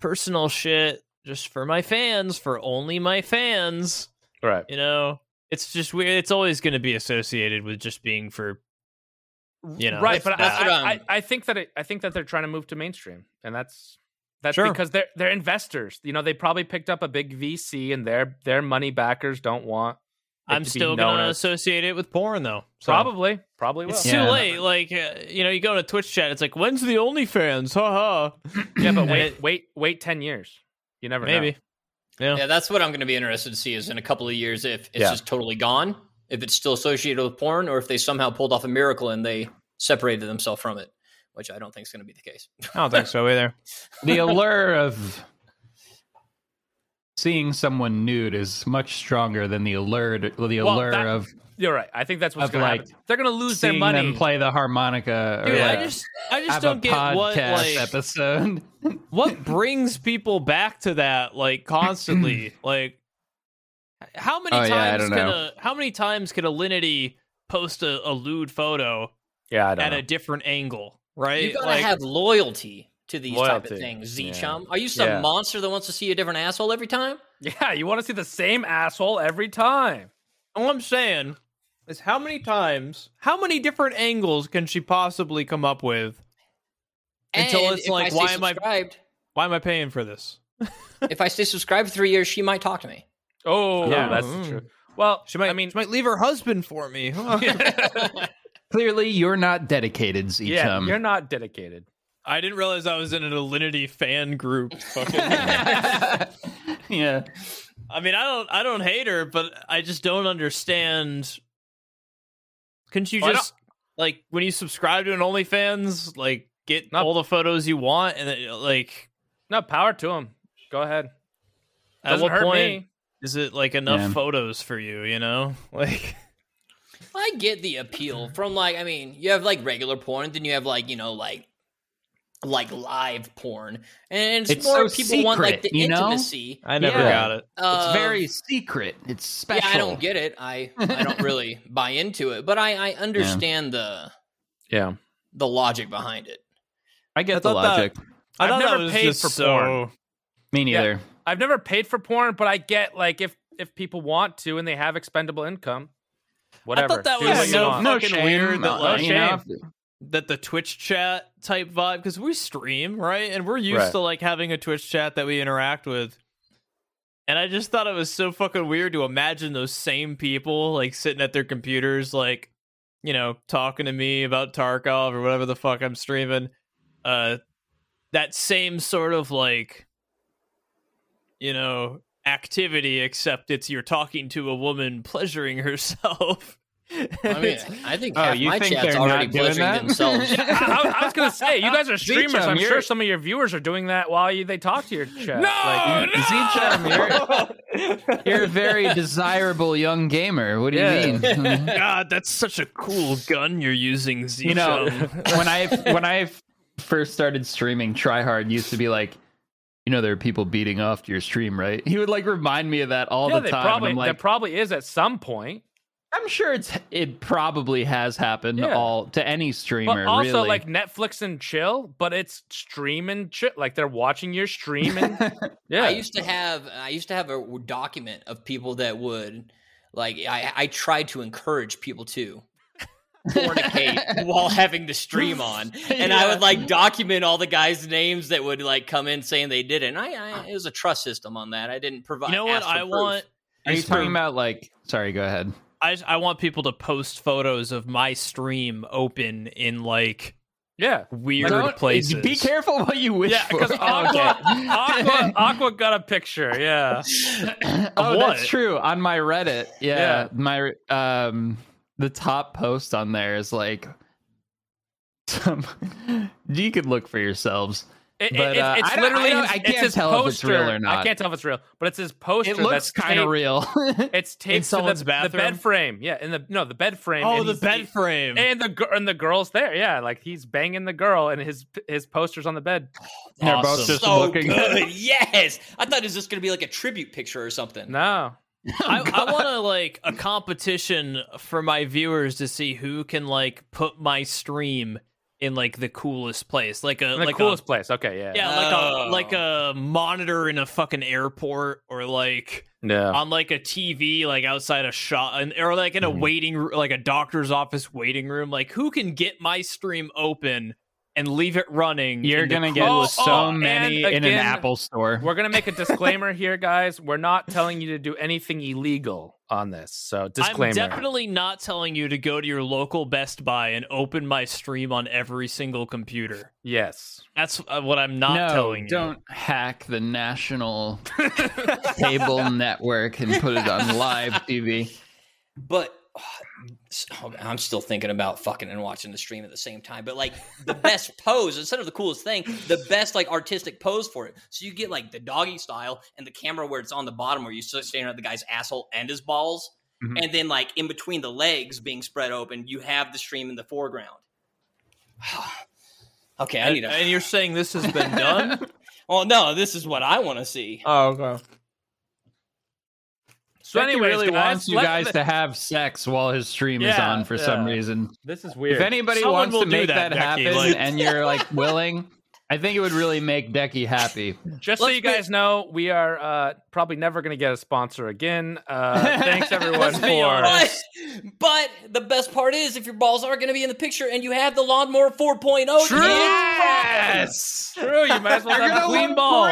Speaker 1: personal shit just for my fans, for only my fans.
Speaker 2: right.
Speaker 1: You know, it's just weird. It's always going to be associated with just being for, you know,
Speaker 2: right, but
Speaker 4: That's- that's
Speaker 2: I,
Speaker 4: what
Speaker 1: um,
Speaker 2: I, I,
Speaker 4: I'm-
Speaker 2: I think that it, I think that they're trying to move to mainstream, and that's that's
Speaker 1: Sure.
Speaker 2: because they're they're investors. You know, they probably picked up a big VC, and their their money backers don't want. it
Speaker 1: I'm
Speaker 2: to be
Speaker 1: still
Speaker 2: known
Speaker 1: going to
Speaker 2: as-
Speaker 1: associate it with porn though. So-
Speaker 2: probably probably will.
Speaker 1: It's
Speaker 3: Yeah.
Speaker 1: too late. Like uh, you know, you go to Twitch chat. It's like, when's the OnlyFans? Ha ha.
Speaker 2: yeah, but
Speaker 1: And
Speaker 2: wait
Speaker 1: it-
Speaker 2: wait wait ten years. You never know.
Speaker 1: Maybe. Yeah.
Speaker 4: Yeah, that's what I'm going to be interested to see is in a couple of years if it's
Speaker 2: Yeah.
Speaker 4: just totally gone, if it's still associated with porn, or if they somehow pulled off a miracle and they separated themselves from it, which I don't think is going to be the case.
Speaker 1: I don't think so either.
Speaker 3: The allure of seeing someone nude is much stronger than the allure the allure
Speaker 2: that-
Speaker 3: of
Speaker 2: You're right. I think that's what's
Speaker 3: Of,
Speaker 2: going
Speaker 3: like,
Speaker 2: to happen. They're going to lose their
Speaker 3: seeing
Speaker 2: money.
Speaker 3: them play the harmonica or
Speaker 1: Dude,
Speaker 3: like,
Speaker 1: I just, I just
Speaker 3: have
Speaker 1: don't
Speaker 3: a
Speaker 1: get
Speaker 3: podcast
Speaker 1: what like
Speaker 3: episode.
Speaker 1: what brings people back to that like constantly like how many
Speaker 3: Oh,
Speaker 1: times
Speaker 3: yeah, I don't
Speaker 1: can
Speaker 3: know.
Speaker 1: a how many times can a linity post a, a lewd photo
Speaker 2: yeah, I
Speaker 1: at a different angle right
Speaker 4: you got to
Speaker 1: Like,
Speaker 4: have loyalty to these type of
Speaker 2: Loyalty.
Speaker 4: things, Z
Speaker 2: Yeah.
Speaker 4: Chum. Are you some
Speaker 2: Yeah.
Speaker 4: monster that wants to see a different asshole every time?
Speaker 2: yeah, you want to see the same asshole every time.
Speaker 1: all i'm saying is how many times how many different angles can she possibly come up with Until
Speaker 4: And
Speaker 1: it's
Speaker 4: if
Speaker 1: like,
Speaker 4: stay
Speaker 1: why am I-
Speaker 4: subscribed,
Speaker 1: why am i paying for this
Speaker 4: if I stay subscribed for three years, she might talk to me.
Speaker 2: Oh,
Speaker 3: Yeah.
Speaker 2: that's
Speaker 1: Mm.
Speaker 2: true. Well,
Speaker 1: she might
Speaker 2: I mean,
Speaker 1: she might leave her husband for me
Speaker 2: yeah,
Speaker 3: Clearly, you're not dedicated, Zeechum.
Speaker 2: you're not dedicated.
Speaker 1: I didn't realize I was in an Alinity fan group. Fucking-
Speaker 3: yeah.
Speaker 1: I mean, I don't, I don't hate her, but I just don't understand. Couldn't you
Speaker 2: Why
Speaker 1: just like when you subscribe to an OnlyFans, like get
Speaker 2: No.
Speaker 1: all the photos you want, and then, like
Speaker 2: No power to him. Go ahead.
Speaker 1: at
Speaker 2: Doesn't
Speaker 1: what
Speaker 2: hurt
Speaker 1: point
Speaker 2: me.
Speaker 1: is it like enough
Speaker 3: Yeah.
Speaker 1: photos for you? You know, like
Speaker 4: I get the appeal from like I mean, you have like regular porn, then you have like you know like like live porn, and it's,
Speaker 3: It's
Speaker 4: more
Speaker 3: so
Speaker 4: people want like the
Speaker 3: secret, you know?
Speaker 4: intimacy.
Speaker 1: I never
Speaker 3: Yeah.
Speaker 1: got it.
Speaker 4: of-
Speaker 3: It's very secret. It's special.
Speaker 4: Yeah, I don't get it. I I don't really buy into it, but I I understand the
Speaker 2: Yeah.
Speaker 4: the logic behind it.
Speaker 3: I
Speaker 1: I
Speaker 3: get the
Speaker 1: thought that-
Speaker 3: logic.
Speaker 1: I
Speaker 2: I've
Speaker 1: thought
Speaker 2: never
Speaker 1: that was
Speaker 2: paid
Speaker 1: just
Speaker 2: for
Speaker 1: so.
Speaker 2: porn.
Speaker 3: Me
Speaker 2: Yeah.
Speaker 3: neither.
Speaker 2: I've never paid for porn, but I get like if if people want to and they have expendable income, whatever.
Speaker 1: thought that
Speaker 2: Do
Speaker 1: was
Speaker 2: what you
Speaker 1: so
Speaker 2: want.
Speaker 1: No fucking shame, weird that, like,
Speaker 2: you know,
Speaker 1: that the Twitch chat type vibe because we stream right, and we're used
Speaker 2: Right.
Speaker 1: to like having a Twitch chat that we interact with. And I just thought it was so fucking weird to imagine those same people like sitting at their computers, like you know, talking to me about Tarkov or whatever the fuck I'm streaming. Uh, that same sort of like, you know, activity, except it's you're talking to a woman pleasuring herself.
Speaker 4: I mean, I think
Speaker 5: Oh,
Speaker 4: half
Speaker 5: you
Speaker 4: my
Speaker 5: think
Speaker 4: chat's
Speaker 5: they're
Speaker 4: already
Speaker 5: not doing
Speaker 4: pleasuring
Speaker 5: that?
Speaker 4: themselves.
Speaker 2: I, I- I was gonna say you guys are streamers.
Speaker 3: Zicham,
Speaker 2: I'm sure
Speaker 3: you're-
Speaker 2: some of your viewers are doing that while you, they talk to your chat. Like,
Speaker 3: Zicham, you're, you're a very desirable young gamer. What do you mean?
Speaker 1: God, that's such a cool gun you're using, Z.
Speaker 3: you know, when I when I first started streaming, Tryhard used to be like, you know, there are people beating off to your stream, right? He would like remind me of that all
Speaker 2: yeah,
Speaker 3: the
Speaker 2: they
Speaker 3: time.
Speaker 2: probably
Speaker 3: I'm
Speaker 2: there
Speaker 3: like,
Speaker 2: probably is at some point.
Speaker 3: I'm sure it's it probably has happened
Speaker 2: Yeah.
Speaker 3: all to any
Speaker 2: But
Speaker 3: streamer.
Speaker 2: also
Speaker 3: really.
Speaker 2: like Netflix and chill, but it's stream and chill. Like they're watching your stream and yeah.
Speaker 4: I used to have I used to have a document of people that would like I, I tried to encourage people to fornicate while having the stream on, and I would like document all the guys' names that would like come in saying they did it. And I, I it was a trust system on that. I didn't provide.
Speaker 1: You know what
Speaker 4: ask for
Speaker 1: I
Speaker 4: proof.
Speaker 1: want?
Speaker 3: are you
Speaker 1: is
Speaker 3: talking
Speaker 1: for-
Speaker 3: about like? Sorry, go ahead.
Speaker 1: I just- I want people to post photos of my stream open in like
Speaker 2: yeah.
Speaker 1: weird
Speaker 3: Don't-
Speaker 1: places.
Speaker 3: Be careful what you wish
Speaker 2: Yeah,
Speaker 3: for.
Speaker 2: because Aqua, Aqua, Aqua got a picture. Yeah,
Speaker 3: oh,
Speaker 1: what?
Speaker 3: that's true. On my Reddit,
Speaker 2: Yeah.
Speaker 3: yeah, my um, the top post on there is like, some, you could look for yourselves.
Speaker 2: It- it-
Speaker 3: But,
Speaker 2: it's-
Speaker 3: uh,
Speaker 2: it's
Speaker 3: I don't- I
Speaker 2: literally
Speaker 3: don't-
Speaker 2: his-
Speaker 3: I
Speaker 2: it's
Speaker 3: can't
Speaker 2: his
Speaker 3: tell if it's
Speaker 2: poster.
Speaker 3: real or
Speaker 2: I
Speaker 3: not.
Speaker 2: can't tell if it's real, but it's his poster.
Speaker 3: It looks
Speaker 2: that's
Speaker 3: kind of
Speaker 2: taped-
Speaker 3: real.
Speaker 2: It's taped
Speaker 1: someone's
Speaker 2: to the,
Speaker 1: bathroom?
Speaker 2: the bed frame. Yeah, in the no, the bed frame.
Speaker 1: oh,
Speaker 2: and
Speaker 1: the
Speaker 2: he's-
Speaker 1: bed frame.
Speaker 2: and the gir- and the girl's there. Yeah, like he's banging the girl, and his his poster's on the bed.
Speaker 3: They're both
Speaker 1: Awesome.
Speaker 3: just
Speaker 4: So
Speaker 3: looking.
Speaker 4: good, yes. I thought it was just going to be like a tribute picture or something.
Speaker 2: No,
Speaker 1: I, I want to like a competition for my viewers to see who can like put my stream in like the coolest place, like a
Speaker 2: in the
Speaker 1: like
Speaker 2: coolest
Speaker 3: um,
Speaker 2: place. Okay, yeah,
Speaker 1: a, yeah, like
Speaker 4: Oh.
Speaker 1: a like a monitor in a fucking airport or like
Speaker 2: yeah. Mm-hmm.
Speaker 1: on like a TV, like outside a shop, and or like in a
Speaker 3: Mhm.
Speaker 1: waiting, r- like a doctor's office waiting room. Like, who can get my stream open and leave it running?
Speaker 3: You're
Speaker 1: in the
Speaker 3: gonna get
Speaker 2: Oh,
Speaker 1: coolest-
Speaker 3: so
Speaker 2: oh, and
Speaker 3: many in an
Speaker 2: again-
Speaker 3: Apple store.
Speaker 2: We're gonna make a disclaimer here, guys. We're not telling you to do anything illegal on this. So disclaimer.
Speaker 1: I'm definitely not telling you to go to your local Best Buy and open my stream on every single computer.
Speaker 2: yes.
Speaker 1: That's uh, what I'm not
Speaker 3: no,
Speaker 1: telling you.
Speaker 3: don't hack the national cable network and put it on live TV.
Speaker 4: But oh, I'm still thinking about fucking and watching the stream at the same time. But like the best pose instead of the coolest thing, the best like artistic pose for it. So you get like the doggy style and the camera where it's on the bottom where you're still standing at the guy's asshole and his balls,
Speaker 3: Mhm.
Speaker 4: and then like in between the legs being spread open, you have the stream in the foreground. okay, I
Speaker 1: And,
Speaker 4: need a.
Speaker 1: and you're saying this has been done?
Speaker 4: Oh no, this is what I want to see.
Speaker 2: Oh, okay. So,
Speaker 3: Becky
Speaker 2: anyways,
Speaker 3: really
Speaker 2: guys,
Speaker 3: wants you
Speaker 2: let-
Speaker 3: guys to have sex while his stream is
Speaker 2: Yeah,
Speaker 3: on for
Speaker 2: yeah.
Speaker 3: some reason.
Speaker 2: This is weird.
Speaker 3: If anybody
Speaker 1: Someone
Speaker 3: wants
Speaker 1: will
Speaker 3: to
Speaker 1: do
Speaker 3: make
Speaker 1: that,
Speaker 3: that,
Speaker 1: Becky,
Speaker 3: happen
Speaker 1: like-
Speaker 3: and you're like willing, I think it would really make Decky happy.
Speaker 2: Just so
Speaker 4: Let's
Speaker 2: you guys know, we are uh, probably never going to get a sponsor again. Uh, thanks everyone
Speaker 1: Let's be
Speaker 2: for.
Speaker 4: But, but the best part is if your balls are going to be in the picture and you have the lawnmower oh, 4.0,
Speaker 2: True.
Speaker 4: yeah.
Speaker 2: Yes. True. You might as well have clean balls.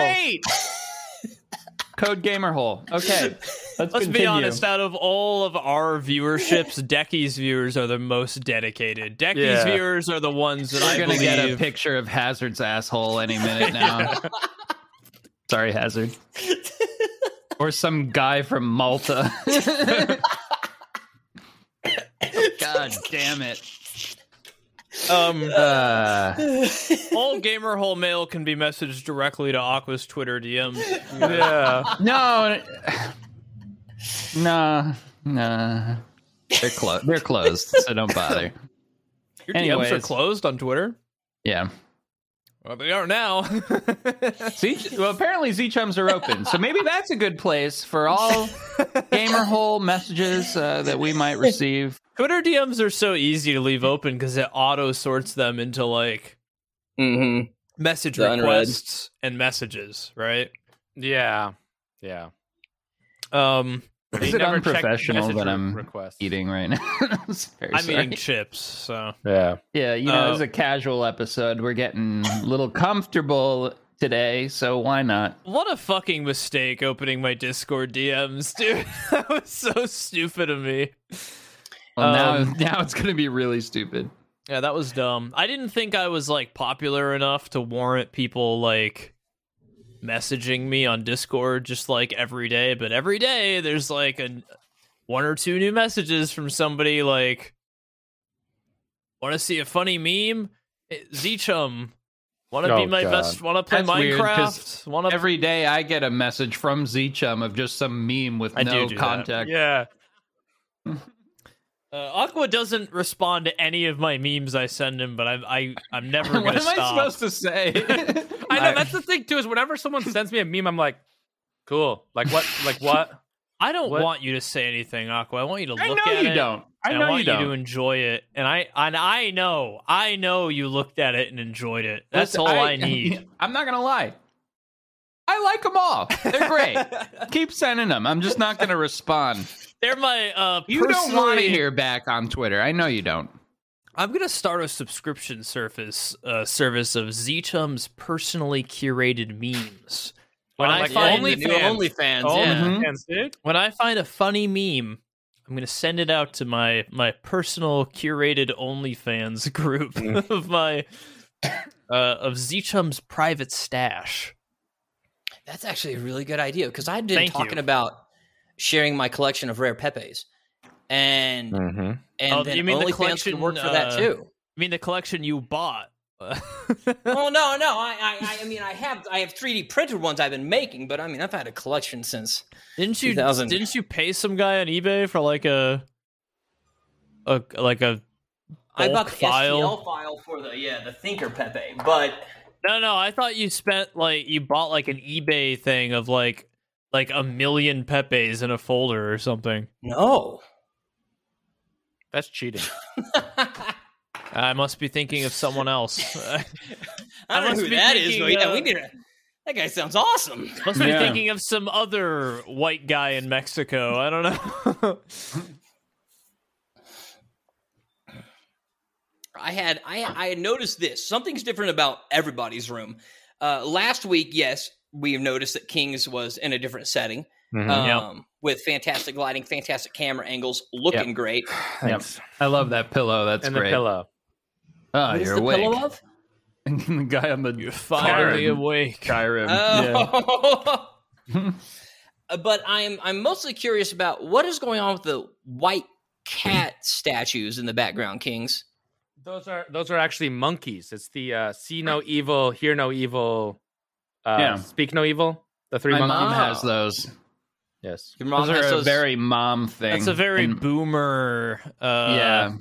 Speaker 3: Code gamer hole. Okay, let's,
Speaker 1: Let's
Speaker 3: continue.
Speaker 1: be honest. Out of all of our viewerships, Decky's viewers are the most dedicated. Decky's
Speaker 2: Yeah.
Speaker 1: viewers are the ones that I
Speaker 3: We're gonna get a
Speaker 1: believe-
Speaker 3: picture of Hazard's asshole any minute now. Sorry, Hazard. or some guy from Malta. God damn it.
Speaker 1: Um,
Speaker 3: Uh,
Speaker 1: all gamer hole mail can be messaged directly to Aqua's Twitter DMs.
Speaker 2: yeah.
Speaker 3: no, no, no. They're closed. They're closed, so don't bother.
Speaker 1: Your DMs are
Speaker 3: Anyways.
Speaker 1: closed on Twitter.
Speaker 3: Yeah.
Speaker 1: Well, they are now.
Speaker 3: See, well, apparently Z chums are open, so maybe that's a good place for all gamer hole messages uh, that we might receive.
Speaker 1: Twitter DMs are so easy to leave open because it auto sorts them into like
Speaker 4: Mm-hmm.
Speaker 1: message
Speaker 4: The unread.
Speaker 1: requests and messages, right?
Speaker 2: Yeah. Yeah.
Speaker 1: Um,
Speaker 3: Is
Speaker 2: They
Speaker 3: it
Speaker 2: never check
Speaker 3: unprofessional
Speaker 2: message
Speaker 3: that
Speaker 2: re-
Speaker 3: I'm
Speaker 2: requests.
Speaker 3: Eating right now. I'm sorry,
Speaker 1: I'm
Speaker 3: sorry.
Speaker 1: eating chips, so
Speaker 2: Yeah.
Speaker 3: yeah, you know,
Speaker 1: uh,
Speaker 3: it's a casual episode. We're getting a little comfortable today, so why not?
Speaker 1: what a fucking mistake opening my Discord DMs, dude. that was so stupid of me.
Speaker 3: Well,
Speaker 1: Um,
Speaker 3: now, now it's going to be really stupid.
Speaker 1: Yeah, that was dumb. I didn't think I was like popular enough to warrant people like messaging me on Discord just like every day, but every day there's like a one or two new messages from somebody like want to see a funny meme? Z Chum want to
Speaker 2: Oh,
Speaker 1: be my
Speaker 2: God.
Speaker 1: best want to play
Speaker 3: That's weird, 'cause
Speaker 1: Minecraft, want to
Speaker 3: Every day I get a message from Z Chum of just some meme with
Speaker 1: I do
Speaker 3: no
Speaker 1: do that.
Speaker 3: contact.
Speaker 2: Yeah.
Speaker 1: uh, Aqua doesn't respond to any of my memes I send him, but I'm I I'm never going
Speaker 3: What
Speaker 1: to
Speaker 3: am
Speaker 1: stop.
Speaker 3: I supposed to say?
Speaker 2: I know that's the thing too, is whenever someone sends me a meme, I'm like, cool. Like what like what?
Speaker 1: I don't
Speaker 2: What-
Speaker 1: want you to say anything, Aqua. I want you to look
Speaker 3: I
Speaker 1: at
Speaker 3: know you
Speaker 1: it.
Speaker 3: don't.
Speaker 2: I
Speaker 1: and
Speaker 2: know
Speaker 1: I want
Speaker 2: you
Speaker 1: you,
Speaker 2: don't.
Speaker 1: to enjoy it, and I and I know, I know you looked at it and enjoyed it. That's
Speaker 3: Listen,
Speaker 1: all I, need.
Speaker 3: I'm not gonna lie. I like them all. They're great. Keep sending them. I'm just not gonna respond.
Speaker 1: They're my uh.
Speaker 3: You don't want to
Speaker 1: personally-
Speaker 3: hear back on Twitter. I know you don't.
Speaker 1: I'm gonna start a subscription service uh, service of Zchum's personally curated memes. When I
Speaker 2: like
Speaker 1: find
Speaker 2: only
Speaker 4: Oh, only
Speaker 2: fans.
Speaker 4: OnlyFans,
Speaker 2: Oh,
Speaker 4: yeah.
Speaker 3: Mhm.
Speaker 2: fans, dude.
Speaker 1: When I find a funny meme, I'm gonna send it out to my my personal curated OnlyFans group of my uh, of Zchum's private stash.
Speaker 4: That's actually a really good idea because I've been
Speaker 1: Thank you.
Speaker 4: talking about sharing my collection of rare Pepe's, and
Speaker 2: Mm-hmm.
Speaker 4: and
Speaker 1: Oh,
Speaker 4: then
Speaker 1: you mean the
Speaker 4: OnlyFans could work for
Speaker 1: collection, uh,
Speaker 4: that
Speaker 1: uh,
Speaker 4: too.
Speaker 1: I mean, the collection you bought.
Speaker 4: well, no, no, I, I, I mean, I have I have 3D printed ones I've been making, but I mean, I've had a collection since.
Speaker 1: didn't you?
Speaker 4: 2000.
Speaker 1: Didn't you pay some guy on eBay for like a, a like a?
Speaker 4: I
Speaker 1: Bulk
Speaker 4: bought the
Speaker 1: file.
Speaker 4: STL file for the yeah the Thinker Pepe, but
Speaker 1: No, no. I thought you spent like you bought like an eBay thing of like like a million pepes in a folder or something.
Speaker 4: no.
Speaker 2: That's cheating.
Speaker 1: I must be thinking of someone else. I
Speaker 4: I don't
Speaker 1: must
Speaker 4: know who
Speaker 1: be
Speaker 4: that is,
Speaker 1: thinking,
Speaker 4: but yeah,
Speaker 1: uh,
Speaker 4: we need a, that guy sounds awesome.
Speaker 1: must be
Speaker 3: Yeah.
Speaker 1: thinking of some other white guy in Mexico. I don't know.
Speaker 4: I had I I had noticed this. Something's different about everybody's room. Uh, last week, yes, we have noticed that King's was in a different setting.
Speaker 3: Mm-hmm.
Speaker 1: Yep.
Speaker 4: Um, With fantastic lighting, fantastic camera angles, looking great.
Speaker 3: Thanks. I love that pillow. That's
Speaker 2: and the
Speaker 3: great.
Speaker 2: pillow.
Speaker 3: Oh,
Speaker 4: What is
Speaker 3: you're
Speaker 4: the
Speaker 3: awake.
Speaker 4: pillow of?
Speaker 3: the guy on the
Speaker 1: You're finally
Speaker 3: Karen.
Speaker 1: awake.
Speaker 3: Skyrim. Um,
Speaker 4: Oh. Uh, but I'm I'm mostly curious about what is going on with the white cat statues in the background, Kings.
Speaker 2: Those are those are actually monkeys. It's the uh, see no evil, hear no evil, uh,
Speaker 3: Yeah.
Speaker 2: speak no evil. The three
Speaker 3: My
Speaker 2: monkeys.
Speaker 3: mom
Speaker 4: monkeys.
Speaker 3: has those.
Speaker 2: Yes.
Speaker 4: Your
Speaker 3: Those
Speaker 4: mom has
Speaker 3: are a
Speaker 4: those-
Speaker 3: very mom thing.
Speaker 1: That's a very
Speaker 3: And-
Speaker 1: boomer. Uh,
Speaker 3: yeah.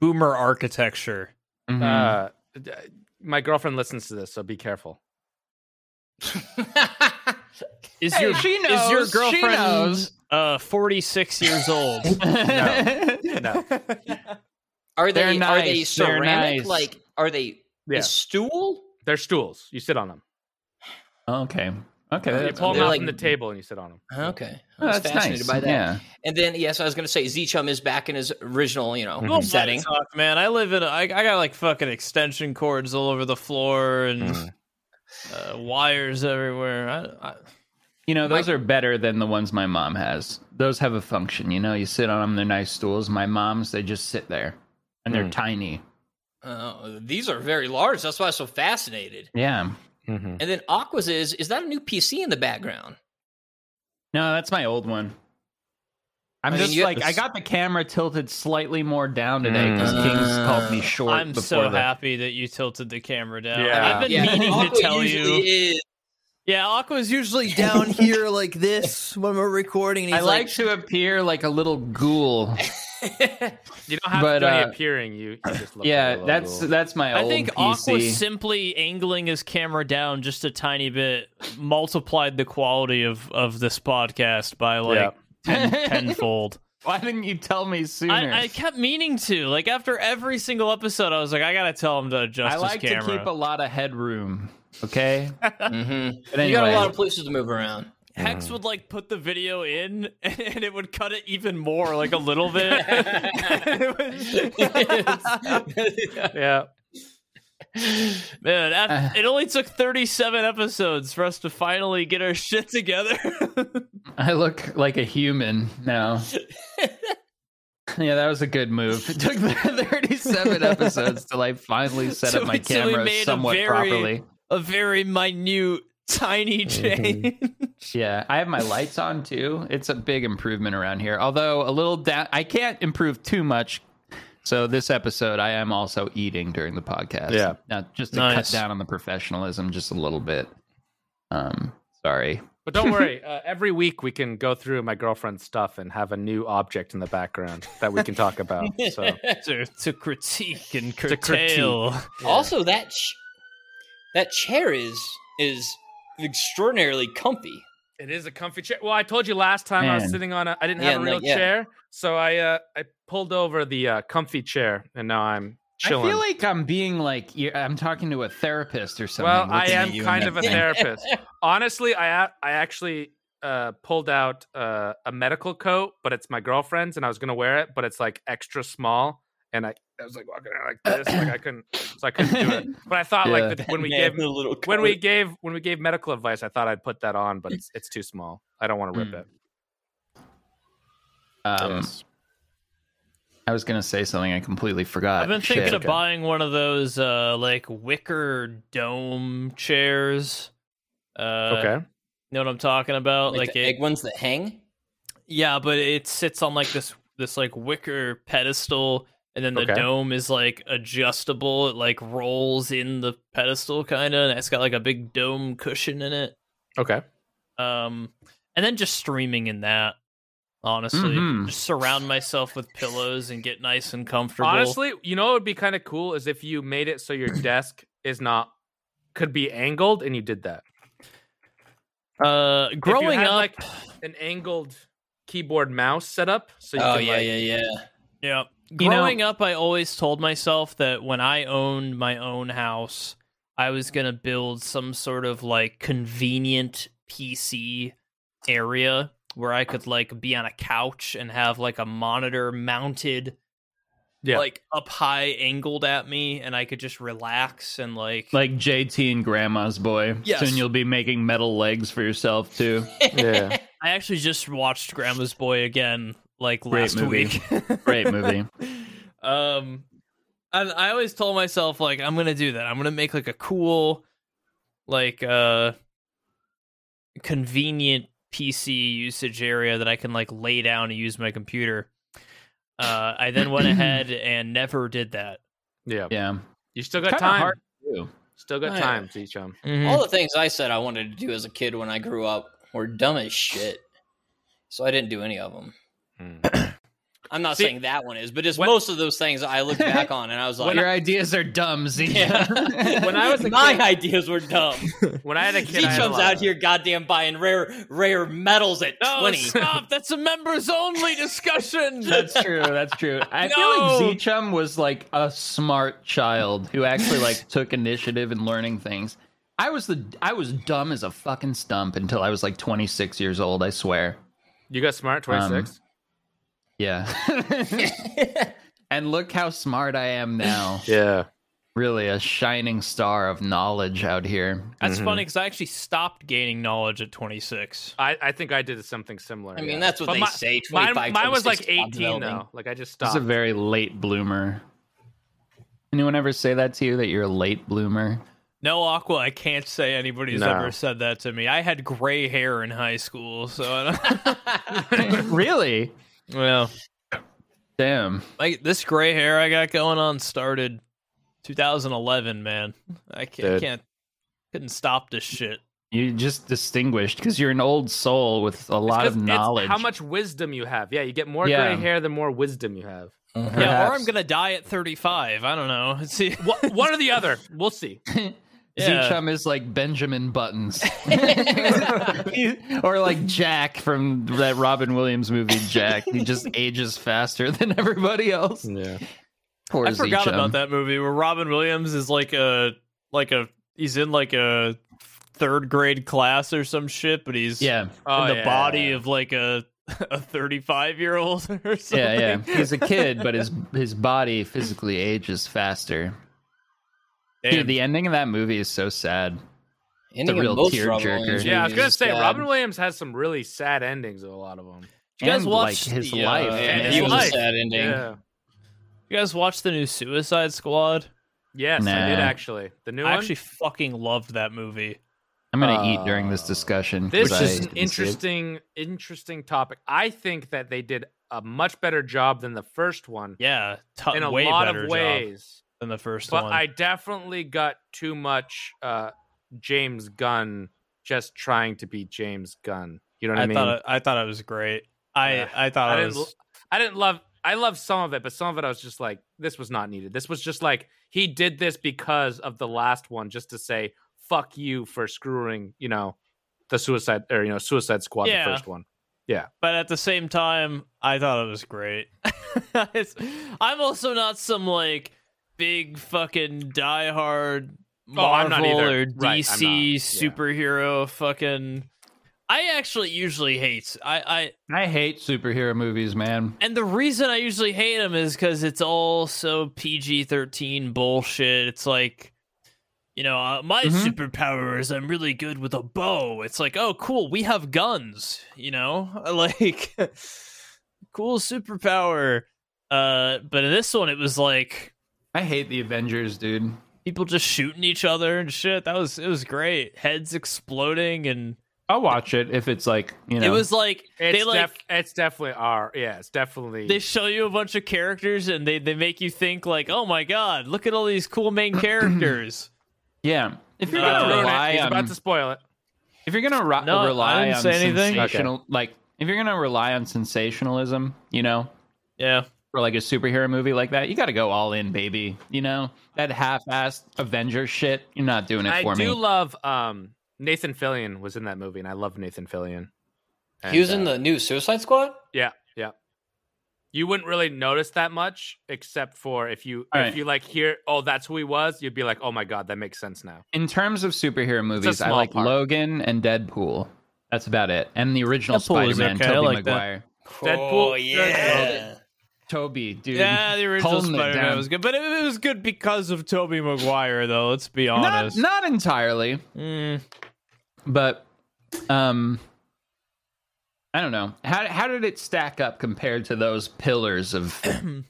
Speaker 1: boomer architecture.
Speaker 3: Mhm.
Speaker 2: Uh, d- my girlfriend listens to this, so be careful.
Speaker 1: Is
Speaker 3: Hey,
Speaker 1: your
Speaker 3: she
Speaker 1: is your
Speaker 3: knows, she
Speaker 1: girlfriend
Speaker 3: knows.
Speaker 1: uh 46 years old?
Speaker 2: No.
Speaker 4: are they
Speaker 3: They're
Speaker 4: are they
Speaker 3: nice, they're
Speaker 4: ceramic?
Speaker 3: nice.
Speaker 4: Like are they
Speaker 2: Yeah.
Speaker 4: a stool?
Speaker 2: They're stools. You sit on them.
Speaker 3: okay. Okay.
Speaker 2: You
Speaker 3: That's,
Speaker 2: pull them
Speaker 4: they're
Speaker 2: out
Speaker 4: like-
Speaker 2: from the table and you sit on them.
Speaker 4: Okay, I
Speaker 3: oh,
Speaker 4: was
Speaker 3: that's
Speaker 4: fascinated
Speaker 3: nice.
Speaker 4: by that.
Speaker 3: Yeah.
Speaker 4: And then yes, I was going to say Zichum is back in his original, you know,
Speaker 1: Oh,
Speaker 4: setting.
Speaker 1: my fuck, man. I live in a, I, I got like fucking extension cords
Speaker 3: Hmm.
Speaker 1: all over the floor and uh, wires everywhere. I, I,
Speaker 3: You know, those are better than the ones my mom has. Those have a function. You know, you sit on them, they're nice stools. My mom's, they just sit there and they're tiny.
Speaker 4: Oh, these are very large. That's why I'm so fascinated.
Speaker 3: Yeah. Mm-hmm.
Speaker 4: And then Aqua's is is that a new PC in the background?
Speaker 3: No, that's my old one. I'm
Speaker 4: I mean,
Speaker 3: just
Speaker 4: you-
Speaker 3: like, I got the camera tilted slightly more down today because Kings called me short.
Speaker 1: I'm
Speaker 3: before
Speaker 1: so
Speaker 3: the-
Speaker 1: happy that you tilted the camera down.
Speaker 2: Yeah.
Speaker 1: I've been
Speaker 4: Yeah,
Speaker 1: meaning
Speaker 4: Aqua
Speaker 1: to tell you.
Speaker 4: usually is.
Speaker 1: Yeah, Aqua's usually down here like this when we're recording. And
Speaker 3: I
Speaker 1: he's
Speaker 3: like, to appear like a little ghoul.
Speaker 2: You don't have
Speaker 3: But,
Speaker 2: to do any
Speaker 3: uh,
Speaker 2: appearing. You, you just look
Speaker 3: yeah,
Speaker 2: like a
Speaker 3: that's
Speaker 2: little-
Speaker 3: that's my
Speaker 1: I
Speaker 3: old
Speaker 1: think
Speaker 3: PC.
Speaker 1: Aqua's simply angling his camera down just a tiny bit, multiplied the quality of of this podcast by like ten, tenfold.
Speaker 3: Why didn't you tell me sooner?
Speaker 1: I, I kept meaning to like after every single episode, I was like, I gotta tell him to adjust
Speaker 3: I like
Speaker 1: his camera.
Speaker 3: to keep a lot of headroom. Okay.
Speaker 4: Mhm.
Speaker 3: But
Speaker 4: You got
Speaker 3: anyway,
Speaker 4: a lot of places to move around.
Speaker 1: Hex would like put the video in and, and it would cut it even more, like a little bit. It was-
Speaker 2: yeah.
Speaker 1: Man, af- it only took 37 episodes for us to finally get our shit together.
Speaker 3: I look like a human now. yeah, that was a good move. It took 37 episodes till I finally set
Speaker 1: So
Speaker 3: up my
Speaker 1: we- so we
Speaker 3: camera
Speaker 1: made a
Speaker 3: somewhat
Speaker 1: very-
Speaker 3: properly.
Speaker 1: a very minute, tiny change.
Speaker 3: Yeah, I have my lights on too. It's a big improvement around here. Although a little down, I can't improve too much. So this episode, I am also eating during the podcast.
Speaker 2: Yeah.
Speaker 3: now just to
Speaker 1: Nice.
Speaker 3: cut down on the professionalism just a little bit. Um, sorry.
Speaker 2: But don't worry. Uh, every week we can go through my girlfriend's stuff and have a new object in the background that we can talk about. So
Speaker 1: to, to critique and
Speaker 2: critique.
Speaker 1: curtail.
Speaker 4: Also, that ch- that chair is is extraordinarily comfy.
Speaker 2: it is a comfy chair. Well, I told you last time I was
Speaker 3: Man.
Speaker 2: sitting on a. I didn't
Speaker 4: Yeah,
Speaker 2: have a
Speaker 4: no,
Speaker 2: real
Speaker 4: yeah.
Speaker 2: chair, so I uh, I pulled over the uh, comfy chair, and now I'm chilling.
Speaker 3: I feel like I'm being like you're, I'm talking to a therapist or something.
Speaker 2: well, I
Speaker 3: looking at
Speaker 2: am
Speaker 3: you in
Speaker 2: kind
Speaker 3: that
Speaker 2: of a
Speaker 3: thing.
Speaker 2: therapist. Honestly, I a- I actually uh, pulled out uh, a medical coat, but it's my girlfriend's, and I was gonna wear it, but it's like extra small, and I, I was like walking around like this, like I couldn't, so I couldn't do it. But I thought
Speaker 3: Yeah.
Speaker 2: like the, when we
Speaker 4: Man,
Speaker 2: gave
Speaker 4: the little
Speaker 2: when
Speaker 4: coat.
Speaker 2: we gave when we gave medical advice, I thought I'd put that on, but it's it's too small. I don't want to rip
Speaker 3: Mm.
Speaker 2: it.
Speaker 3: Um, I was gonna say something I completely forgot.
Speaker 1: I've been
Speaker 3: Shit.
Speaker 1: thinking of buying one of those uh like wicker dome chairs. Uh,
Speaker 2: Okay.
Speaker 1: know what I'm talking about?
Speaker 4: like,
Speaker 1: Like,
Speaker 4: the
Speaker 1: it,
Speaker 4: egg ones that hang.
Speaker 1: yeah, but it sits on like this this like wicker pedestal, and then the
Speaker 2: Okay.
Speaker 1: dome is like adjustable. It like rolls in the pedestal, kind of, and it's got like a big dome cushion in it.
Speaker 2: Okay.
Speaker 1: Um, and then just streaming in that. Honestly,
Speaker 3: Mhm.
Speaker 1: just surround myself with pillows and get nice and comfortable.
Speaker 2: Honestly, you know what would be kind of cool is if you made it so your desk is not could be angled and you did that.
Speaker 1: uh,
Speaker 2: If you
Speaker 1: growing
Speaker 2: had,
Speaker 1: up,
Speaker 2: like an angled keyboard mouse setup so you
Speaker 4: Oh
Speaker 2: can
Speaker 4: yeah,
Speaker 2: like,
Speaker 4: yeah, yeah.
Speaker 1: Yeah.
Speaker 3: You know-
Speaker 1: Growing up, I always told myself that when I owned my own house, I was going to build some sort of like convenient PC area where I could like be on a couch and have like a monitor mounted
Speaker 2: Yeah.
Speaker 1: like up high angled at me and I could just relax and like
Speaker 3: like JT and Grandma's boy.
Speaker 1: Yes.
Speaker 3: Soon you'll be making metal legs for yourself too.
Speaker 2: yeah.
Speaker 1: I actually just watched Grandma's Boy again like
Speaker 3: Great
Speaker 1: last
Speaker 3: movie.
Speaker 1: week.
Speaker 3: Great movie.
Speaker 1: um and i always told myself like i'm gonna do that i'm gonna make like a cool like uh convenient pc usage area that i can like lay down and use my computer uh i then went ahead and never did that
Speaker 2: yeah.
Speaker 3: Yeah.
Speaker 2: You still got
Speaker 3: Kinda
Speaker 2: time.
Speaker 3: hard to do.
Speaker 2: Still got
Speaker 4: Oh, Yeah.
Speaker 2: time, teach them.
Speaker 3: Hmm.
Speaker 4: All the things I said I wanted to do as a kid when I grew up were dumb as shit, so I didn't do any of them.
Speaker 3: Hmm.
Speaker 4: I'm not
Speaker 2: See-
Speaker 4: saying that one is, but just
Speaker 2: When-
Speaker 4: most of those things I looked back on and I was like,
Speaker 3: Your ideas are dumb, Z.
Speaker 4: yeah.
Speaker 2: When I was a
Speaker 4: my
Speaker 2: kid-
Speaker 4: ideas were dumb.
Speaker 2: When I had a
Speaker 4: He
Speaker 2: kid, I had a
Speaker 4: comes
Speaker 2: lot
Speaker 4: out
Speaker 2: of-
Speaker 4: here goddamn buying rare rare metals at
Speaker 1: no
Speaker 4: 20.
Speaker 1: stop that's a members only discussion
Speaker 3: That's true. That's true. I
Speaker 1: No.
Speaker 3: feel like Z-Chum was like a smart child who actually like took initiative in learning things. I was the I was dumb as a fucking stump until I was like 26 years old. I swear.
Speaker 2: You got smart, twenty
Speaker 4: Um,
Speaker 2: six.
Speaker 3: Yeah. and look how smart I am now.
Speaker 2: yeah.
Speaker 3: really a shining star of knowledge out here.
Speaker 1: That's funny because I actually stopped gaining knowledge at 26.
Speaker 2: I, I think I did something similar.
Speaker 4: I mean,
Speaker 2: yeah.
Speaker 4: that's what
Speaker 2: But
Speaker 4: they
Speaker 2: my-
Speaker 4: say.
Speaker 2: Mine,
Speaker 4: 25,
Speaker 2: mine was like
Speaker 4: 26 stop
Speaker 2: 18
Speaker 4: developing.
Speaker 2: though. Like I just
Speaker 3: This
Speaker 2: stopped.
Speaker 3: is a very late bloomer. Anyone ever say that to you that you're a late bloomer?
Speaker 1: No, Aqua, I can't say anybody's
Speaker 2: No.
Speaker 1: ever said that to me. I had gray hair in high school, so I don't.
Speaker 3: really?
Speaker 1: well,
Speaker 3: Damn.
Speaker 1: like this gray hair I got going on started 2011, man. I can't,
Speaker 2: Dude.
Speaker 1: can't couldn't stop this shit.
Speaker 3: You just distinguished because you're an old soul with a lot
Speaker 2: 'Cause
Speaker 3: of
Speaker 2: it's
Speaker 3: knowledge.
Speaker 2: How much wisdom you have? Yeah, you get more
Speaker 3: Yeah.
Speaker 2: gray hair the more wisdom you have.
Speaker 1: Yeah, or
Speaker 3: Perhaps.
Speaker 1: I'm gonna die at 35. I don't know. See,
Speaker 2: Wha- One or the other. We'll see.
Speaker 1: Yeah.
Speaker 3: Zuchum is like Benjamin Buttons, or like Jack from that Robin Williams movie. Jack, he just ages faster than everybody else.
Speaker 2: Yeah.
Speaker 3: Poor
Speaker 1: I forgot
Speaker 3: Zuchum.
Speaker 1: about that movie where Robin Williams is like a like a he's in like a third grade class or some shit, but he's
Speaker 3: Yeah,
Speaker 2: Oh,
Speaker 1: in the
Speaker 2: yeah.
Speaker 1: body of like a a 35 year old or something.
Speaker 3: yeah, yeah. He's a kid, but his his body physically ages faster. Dude, the ending of that movie is so sad.
Speaker 4: Ending
Speaker 3: The
Speaker 4: of
Speaker 3: real
Speaker 4: most
Speaker 3: tear
Speaker 4: Robin
Speaker 3: jerker.
Speaker 4: Williams
Speaker 2: Yeah, I was
Speaker 4: movies
Speaker 2: gonna
Speaker 4: is
Speaker 2: say
Speaker 4: bad.
Speaker 2: Robin Williams has some really sad endings of a lot of them.
Speaker 1: you guys
Speaker 3: and
Speaker 1: watch
Speaker 3: like his
Speaker 1: the,
Speaker 3: life.
Speaker 1: uh,
Speaker 3: man.
Speaker 4: Yeah,
Speaker 2: His
Speaker 4: he was a
Speaker 2: life.
Speaker 4: sad ending.
Speaker 2: Yeah.
Speaker 1: you guys watch the new Suicide Squad?
Speaker 2: Yes, I did
Speaker 3: Nah.
Speaker 2: actually. The new
Speaker 1: I
Speaker 2: one.
Speaker 1: actually fucking loved that movie.
Speaker 3: I'm gonna
Speaker 2: Uh,
Speaker 3: eat during this discussion.
Speaker 2: This
Speaker 3: because
Speaker 2: is
Speaker 3: I
Speaker 2: an
Speaker 3: didn't see it.
Speaker 2: interesting, interesting topic. I think that they did a much better job than the first one
Speaker 1: Yeah, t-
Speaker 2: in a
Speaker 1: way
Speaker 2: lot
Speaker 1: better
Speaker 2: of
Speaker 1: job
Speaker 2: ways.
Speaker 1: than the first
Speaker 2: But
Speaker 1: one.
Speaker 2: I definitely got too much uh, James Gunn just trying to be James Gunn. You know what I,
Speaker 1: I
Speaker 2: mean?
Speaker 1: thought it, I thought it was great. I
Speaker 2: Yeah.
Speaker 1: I thought
Speaker 2: I
Speaker 1: it
Speaker 2: didn't,
Speaker 1: was
Speaker 2: I didn't love. I love some of it, but some of it I was just like, this was not needed. This was just like he did this because of the last one, just to say fuck you for screwing, you know, the Suicide or you know Suicide Squad,
Speaker 1: Yeah.
Speaker 2: the first one.
Speaker 1: but at the same time, I thought it was great. It's- I'm also not some like big fucking diehard
Speaker 2: Oh, I'm
Speaker 1: Marvel
Speaker 2: not either.
Speaker 1: or DC
Speaker 2: Right, I'm not. Yeah.
Speaker 1: superhero fucking. I actually usually hate. I, I
Speaker 3: I hate superhero movies, man.
Speaker 1: and the reason I usually hate them is because it's all so PG thirteen bullshit. It's like, you know, uh, my
Speaker 3: Mhm.
Speaker 1: superpower is I'm really good with a bow. It's like, oh, cool, we have guns. You know, like, cool superpower. Uh, but in this one, it was like
Speaker 3: I hate the Avengers, dude.
Speaker 1: people just shooting each other and shit. That was it was great. Heads exploding and
Speaker 3: I'll watch it if it's like you know.
Speaker 1: it was like
Speaker 2: It's,
Speaker 1: they like
Speaker 2: def- it's definitely R. Yeah, it's definitely.
Speaker 1: they show you a bunch of characters and they, they make you think like oh my god look at all these cool main characters
Speaker 3: yeah. If you're
Speaker 2: He's
Speaker 1: Uh,
Speaker 2: about to
Speaker 3: gonna
Speaker 2: ruin it.
Speaker 3: rely
Speaker 2: He's
Speaker 3: on,
Speaker 2: Oh, about to spoil it.
Speaker 3: if you're gonna ro-
Speaker 1: No, I
Speaker 3: rely
Speaker 1: didn't
Speaker 3: on
Speaker 1: say anything.
Speaker 3: sensational, like if you're gonna rely on sensationalism, you know,
Speaker 1: yeah
Speaker 3: for like a superhero movie like that, you got to go all in, baby. You know that half-assed Avenger shit. You're not doing it
Speaker 2: I
Speaker 3: for
Speaker 2: do
Speaker 3: me.
Speaker 2: love um, Nathan Fillion was in that movie, and I love Nathan Fillion.
Speaker 4: He was
Speaker 2: And,
Speaker 4: in
Speaker 2: uh,
Speaker 4: the new Suicide Squad.
Speaker 2: Yeah, yeah. You wouldn't really notice that much, except for if you
Speaker 3: All
Speaker 2: if
Speaker 3: right.
Speaker 2: you like hear, oh, that's who he was. You'd be like, oh my god, that makes sense now.
Speaker 3: in terms of superhero movies, I
Speaker 2: small
Speaker 3: like
Speaker 2: part.
Speaker 3: Logan and Deadpool. That's about it. And the original
Speaker 1: Deadpool was
Speaker 3: Spider-Man,
Speaker 1: okay, I
Speaker 3: Tobey
Speaker 1: like that.
Speaker 3: Maguire.
Speaker 2: Deadpool-
Speaker 4: Oh,
Speaker 2: Deadpool.
Speaker 4: yeah.
Speaker 3: Toby, dude.
Speaker 1: yeah the original
Speaker 3: holding it
Speaker 1: spider-man
Speaker 3: down.
Speaker 1: was good but it, it was good because of toby maguire though let's be
Speaker 3: Not,
Speaker 1: honest
Speaker 3: not entirely,
Speaker 1: Mm.
Speaker 3: but um, I don't know. How how did it stack up compared to those pillars of superhero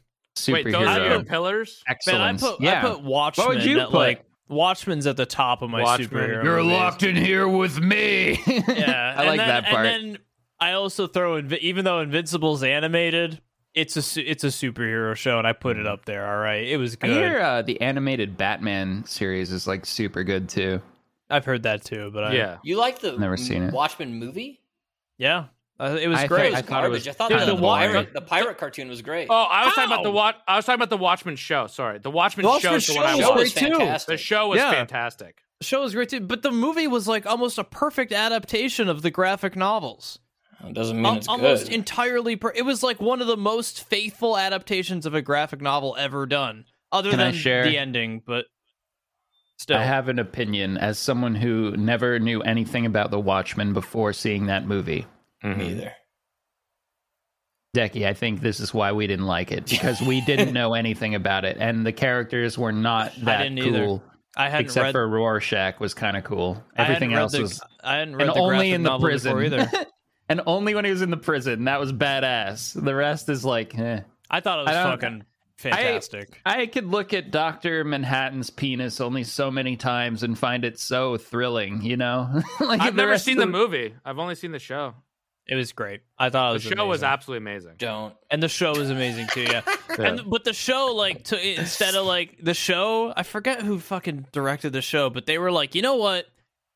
Speaker 2: Wait, those are your pillars.
Speaker 1: man i
Speaker 3: excellence?
Speaker 1: put
Speaker 3: yeah.
Speaker 1: i put watchmen
Speaker 3: What would you
Speaker 1: at,
Speaker 3: put?
Speaker 1: like watchmen's at the top of my
Speaker 2: Watchmen.
Speaker 1: superhero
Speaker 3: You're
Speaker 1: movies.
Speaker 3: locked in here with me.
Speaker 1: yeah
Speaker 3: I
Speaker 1: and
Speaker 3: like
Speaker 1: then-
Speaker 3: that part.
Speaker 1: and then i also throw Invi- even though invincible's animated it's a su- it's a superhero show and i put it up there all right it was
Speaker 3: I
Speaker 1: good
Speaker 3: hear uh, the animated Batman series is like super good too.
Speaker 1: i've heard that too but I,
Speaker 2: Yeah,
Speaker 4: You like the
Speaker 3: Never seen it.
Speaker 4: Watchmen movie?
Speaker 1: Yeah, uh, it was
Speaker 3: I
Speaker 1: great.
Speaker 3: think-
Speaker 4: I thought it was garbage. I thought
Speaker 3: kinda
Speaker 4: the,
Speaker 1: boring.
Speaker 4: pirate, the pirate cartoon was great.
Speaker 2: Oh, I was talking about the
Speaker 1: How?
Speaker 2: watch. I was talking about the Watchmen show. Sorry, the Watchmen
Speaker 1: The
Speaker 2: show
Speaker 1: Watchmen
Speaker 2: is the one I
Speaker 1: show
Speaker 4: Show
Speaker 1: was
Speaker 2: watched.
Speaker 4: was
Speaker 1: great, too.
Speaker 4: fantastic.
Speaker 2: The show was
Speaker 1: Yeah.
Speaker 2: fantastic.
Speaker 1: the show was great too, but the movie was like almost a perfect adaptation of the graphic novels.
Speaker 4: It doesn't mean
Speaker 1: Al-
Speaker 4: it's
Speaker 1: almost
Speaker 4: good.
Speaker 1: entirely, per- it was like one of the most faithful adaptations of a graphic novel ever done, other
Speaker 3: Can I
Speaker 1: than
Speaker 3: share?
Speaker 1: the ending. But still,
Speaker 3: I have an opinion as someone who never knew
Speaker 2: Mm-hmm.
Speaker 3: anything about The Watchmen before seeing that movie.
Speaker 4: Me either.
Speaker 3: Decky, I think this is why we didn't like it because we didn't know anything about it, and the characters were not that
Speaker 1: didn't either.
Speaker 3: cool.
Speaker 1: I hadn't
Speaker 3: Except
Speaker 1: read
Speaker 3: for Rorschach was kind of cool.
Speaker 1: I hadn't
Speaker 3: Everything
Speaker 1: read
Speaker 3: else
Speaker 1: the,
Speaker 3: was,
Speaker 1: I hadn't read
Speaker 3: and
Speaker 1: the
Speaker 3: only
Speaker 1: graphic
Speaker 3: in the
Speaker 1: novel before
Speaker 3: prison
Speaker 1: either.
Speaker 3: and only when he was in the prison that was badass. The rest is like, eh.
Speaker 1: I thought it was
Speaker 3: I don't-
Speaker 1: fucking fantastic.
Speaker 3: I could look at Doctor Manhattan's penis only so many times and find it so thrilling. You know, like
Speaker 2: I've
Speaker 3: the
Speaker 2: never
Speaker 3: rest
Speaker 2: seen
Speaker 3: of-
Speaker 2: the movie. I've only seen the show.
Speaker 1: it was great. I thought it
Speaker 2: The
Speaker 1: was
Speaker 2: show was
Speaker 1: amazing.
Speaker 2: absolutely amazing.
Speaker 4: Don't.
Speaker 1: and the show was amazing too. Yeah, and but the show like to, instead of like the show, I forget who fucking directed the show, but they were like, you know what?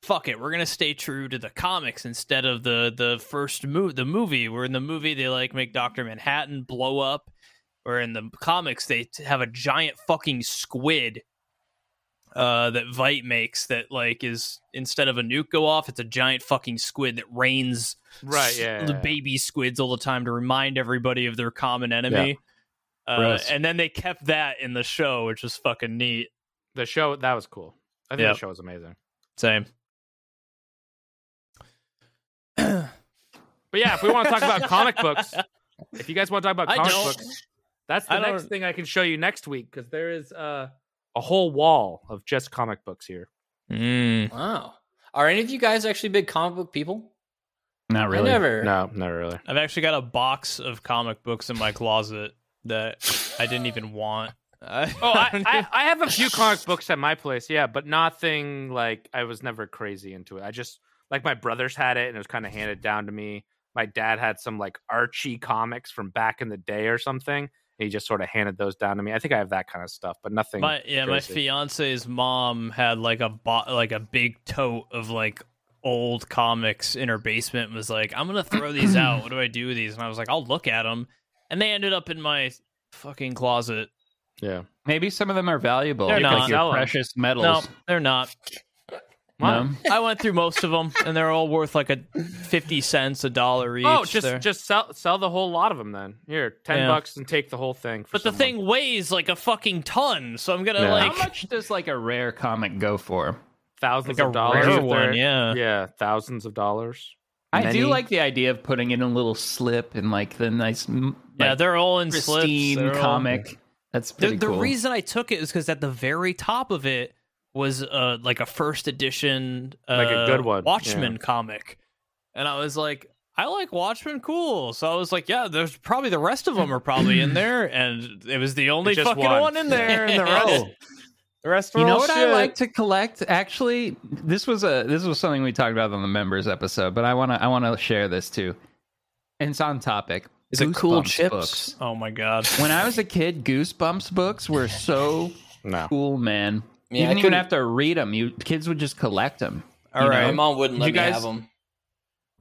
Speaker 1: Fuck it, we're gonna stay true to the comics instead of the the first movie. The movie, where in the movie they like make Doctor Manhattan blow up, or in the comics they t- have a giant fucking squid. Uh, that Vite makes that like is instead of a nuke go off, it's a giant fucking squid that rains
Speaker 2: Right?
Speaker 1: s-
Speaker 2: Yeah.
Speaker 1: the
Speaker 2: yeah, yeah.
Speaker 1: baby squids all the time to remind everybody of their common enemy. Uh,
Speaker 3: Gross.
Speaker 1: and then they kept that in the show, which is fucking neat.
Speaker 2: The show that was cool. I think
Speaker 1: Yep.
Speaker 2: the show was amazing.
Speaker 1: Same.
Speaker 2: But yeah, if we want to talk about comic books, if you guys want to talk about
Speaker 1: I
Speaker 2: comic
Speaker 1: don't.
Speaker 2: books, that's the
Speaker 1: I
Speaker 2: next
Speaker 1: don't-
Speaker 2: thing I can show you next week because there is uh, a whole wall of just comic books here.
Speaker 1: Mm.
Speaker 4: Wow. Are any of you guys actually big comic book people?
Speaker 3: Not really.
Speaker 4: I never.
Speaker 2: No, not really.
Speaker 1: I've actually got a box of comic books in my closet that I didn't even want. I-
Speaker 2: Oh, I, I, I have a few comic books at my place, yeah, but nothing like I was never crazy into it. I just like my brothers had it and it was kind of handed down to me. My dad had some like Archie comics from back in the day or something. And he just sort of handed those down to me. I think I have that kind of stuff, but nothing.
Speaker 1: my yeah, my
Speaker 2: crazy.
Speaker 1: fiance's mom had like a bo- like a big tote of like old comics in her basement and was like, "I'm going to throw these out. What do I do with these?" And I was like, "I'll look at them." And they ended up in my fucking closet.
Speaker 2: Yeah.
Speaker 3: Maybe some of them are valuable.
Speaker 1: They're not.
Speaker 3: like your
Speaker 2: Sell 'em.
Speaker 3: precious
Speaker 1: No,
Speaker 3: metals.
Speaker 1: they're not.
Speaker 3: No?
Speaker 1: I went through most of them, and they're all worth like a fifty cents, a dollar each.
Speaker 2: Oh, just
Speaker 1: there.
Speaker 2: just sell sell the whole lot of them then. Here, ten
Speaker 1: Yeah.
Speaker 2: bucks and take the whole thing. for
Speaker 1: but the
Speaker 2: someone.
Speaker 1: thing weighs like a fucking ton, so I'm gonna
Speaker 2: Yeah.
Speaker 3: How
Speaker 1: like
Speaker 3: much does like a rare comic go for?
Speaker 2: thousands
Speaker 1: like a
Speaker 2: of dollars.
Speaker 1: rare
Speaker 2: if they're-
Speaker 1: one, yeah.
Speaker 2: yeah, thousands of dollars.
Speaker 3: I
Speaker 2: Many.
Speaker 3: do like the idea of putting in a little slip and like the nice, m-
Speaker 1: yeah,
Speaker 3: like,
Speaker 1: they're all in
Speaker 3: pristine
Speaker 1: slips. They're all-
Speaker 3: comic. That's
Speaker 1: The,
Speaker 3: pretty
Speaker 1: the
Speaker 3: cool.
Speaker 1: reason I took it is because at the very top of it was uh, like a first edition, uh,
Speaker 2: Like a good one,
Speaker 1: Watchmen comic, and I was like. I like Watchmen, cool. So I was like, yeah, there's probably the rest of them are probably in there, and it was the only
Speaker 2: just
Speaker 1: fucking
Speaker 2: one.
Speaker 1: one. in there. And the rest, the rest were
Speaker 3: you know
Speaker 1: all
Speaker 3: what I
Speaker 1: shit.
Speaker 3: like to collect? Actually, this was a this was something we talked about on the members episode, but I wanna I wanna share this too. And it's on topic. Goosebumps Books.
Speaker 1: Oh my god.
Speaker 3: When I was a kid, Goosebumps books were so
Speaker 2: No.
Speaker 3: cool, man.
Speaker 4: Yeah,
Speaker 3: you
Speaker 4: I
Speaker 3: didn't even
Speaker 4: couldn't-
Speaker 3: have to read them. You kids would just collect them.
Speaker 1: All right.
Speaker 4: My mom wouldn't
Speaker 3: Did
Speaker 4: let
Speaker 3: you
Speaker 4: me
Speaker 3: guys-
Speaker 4: have them.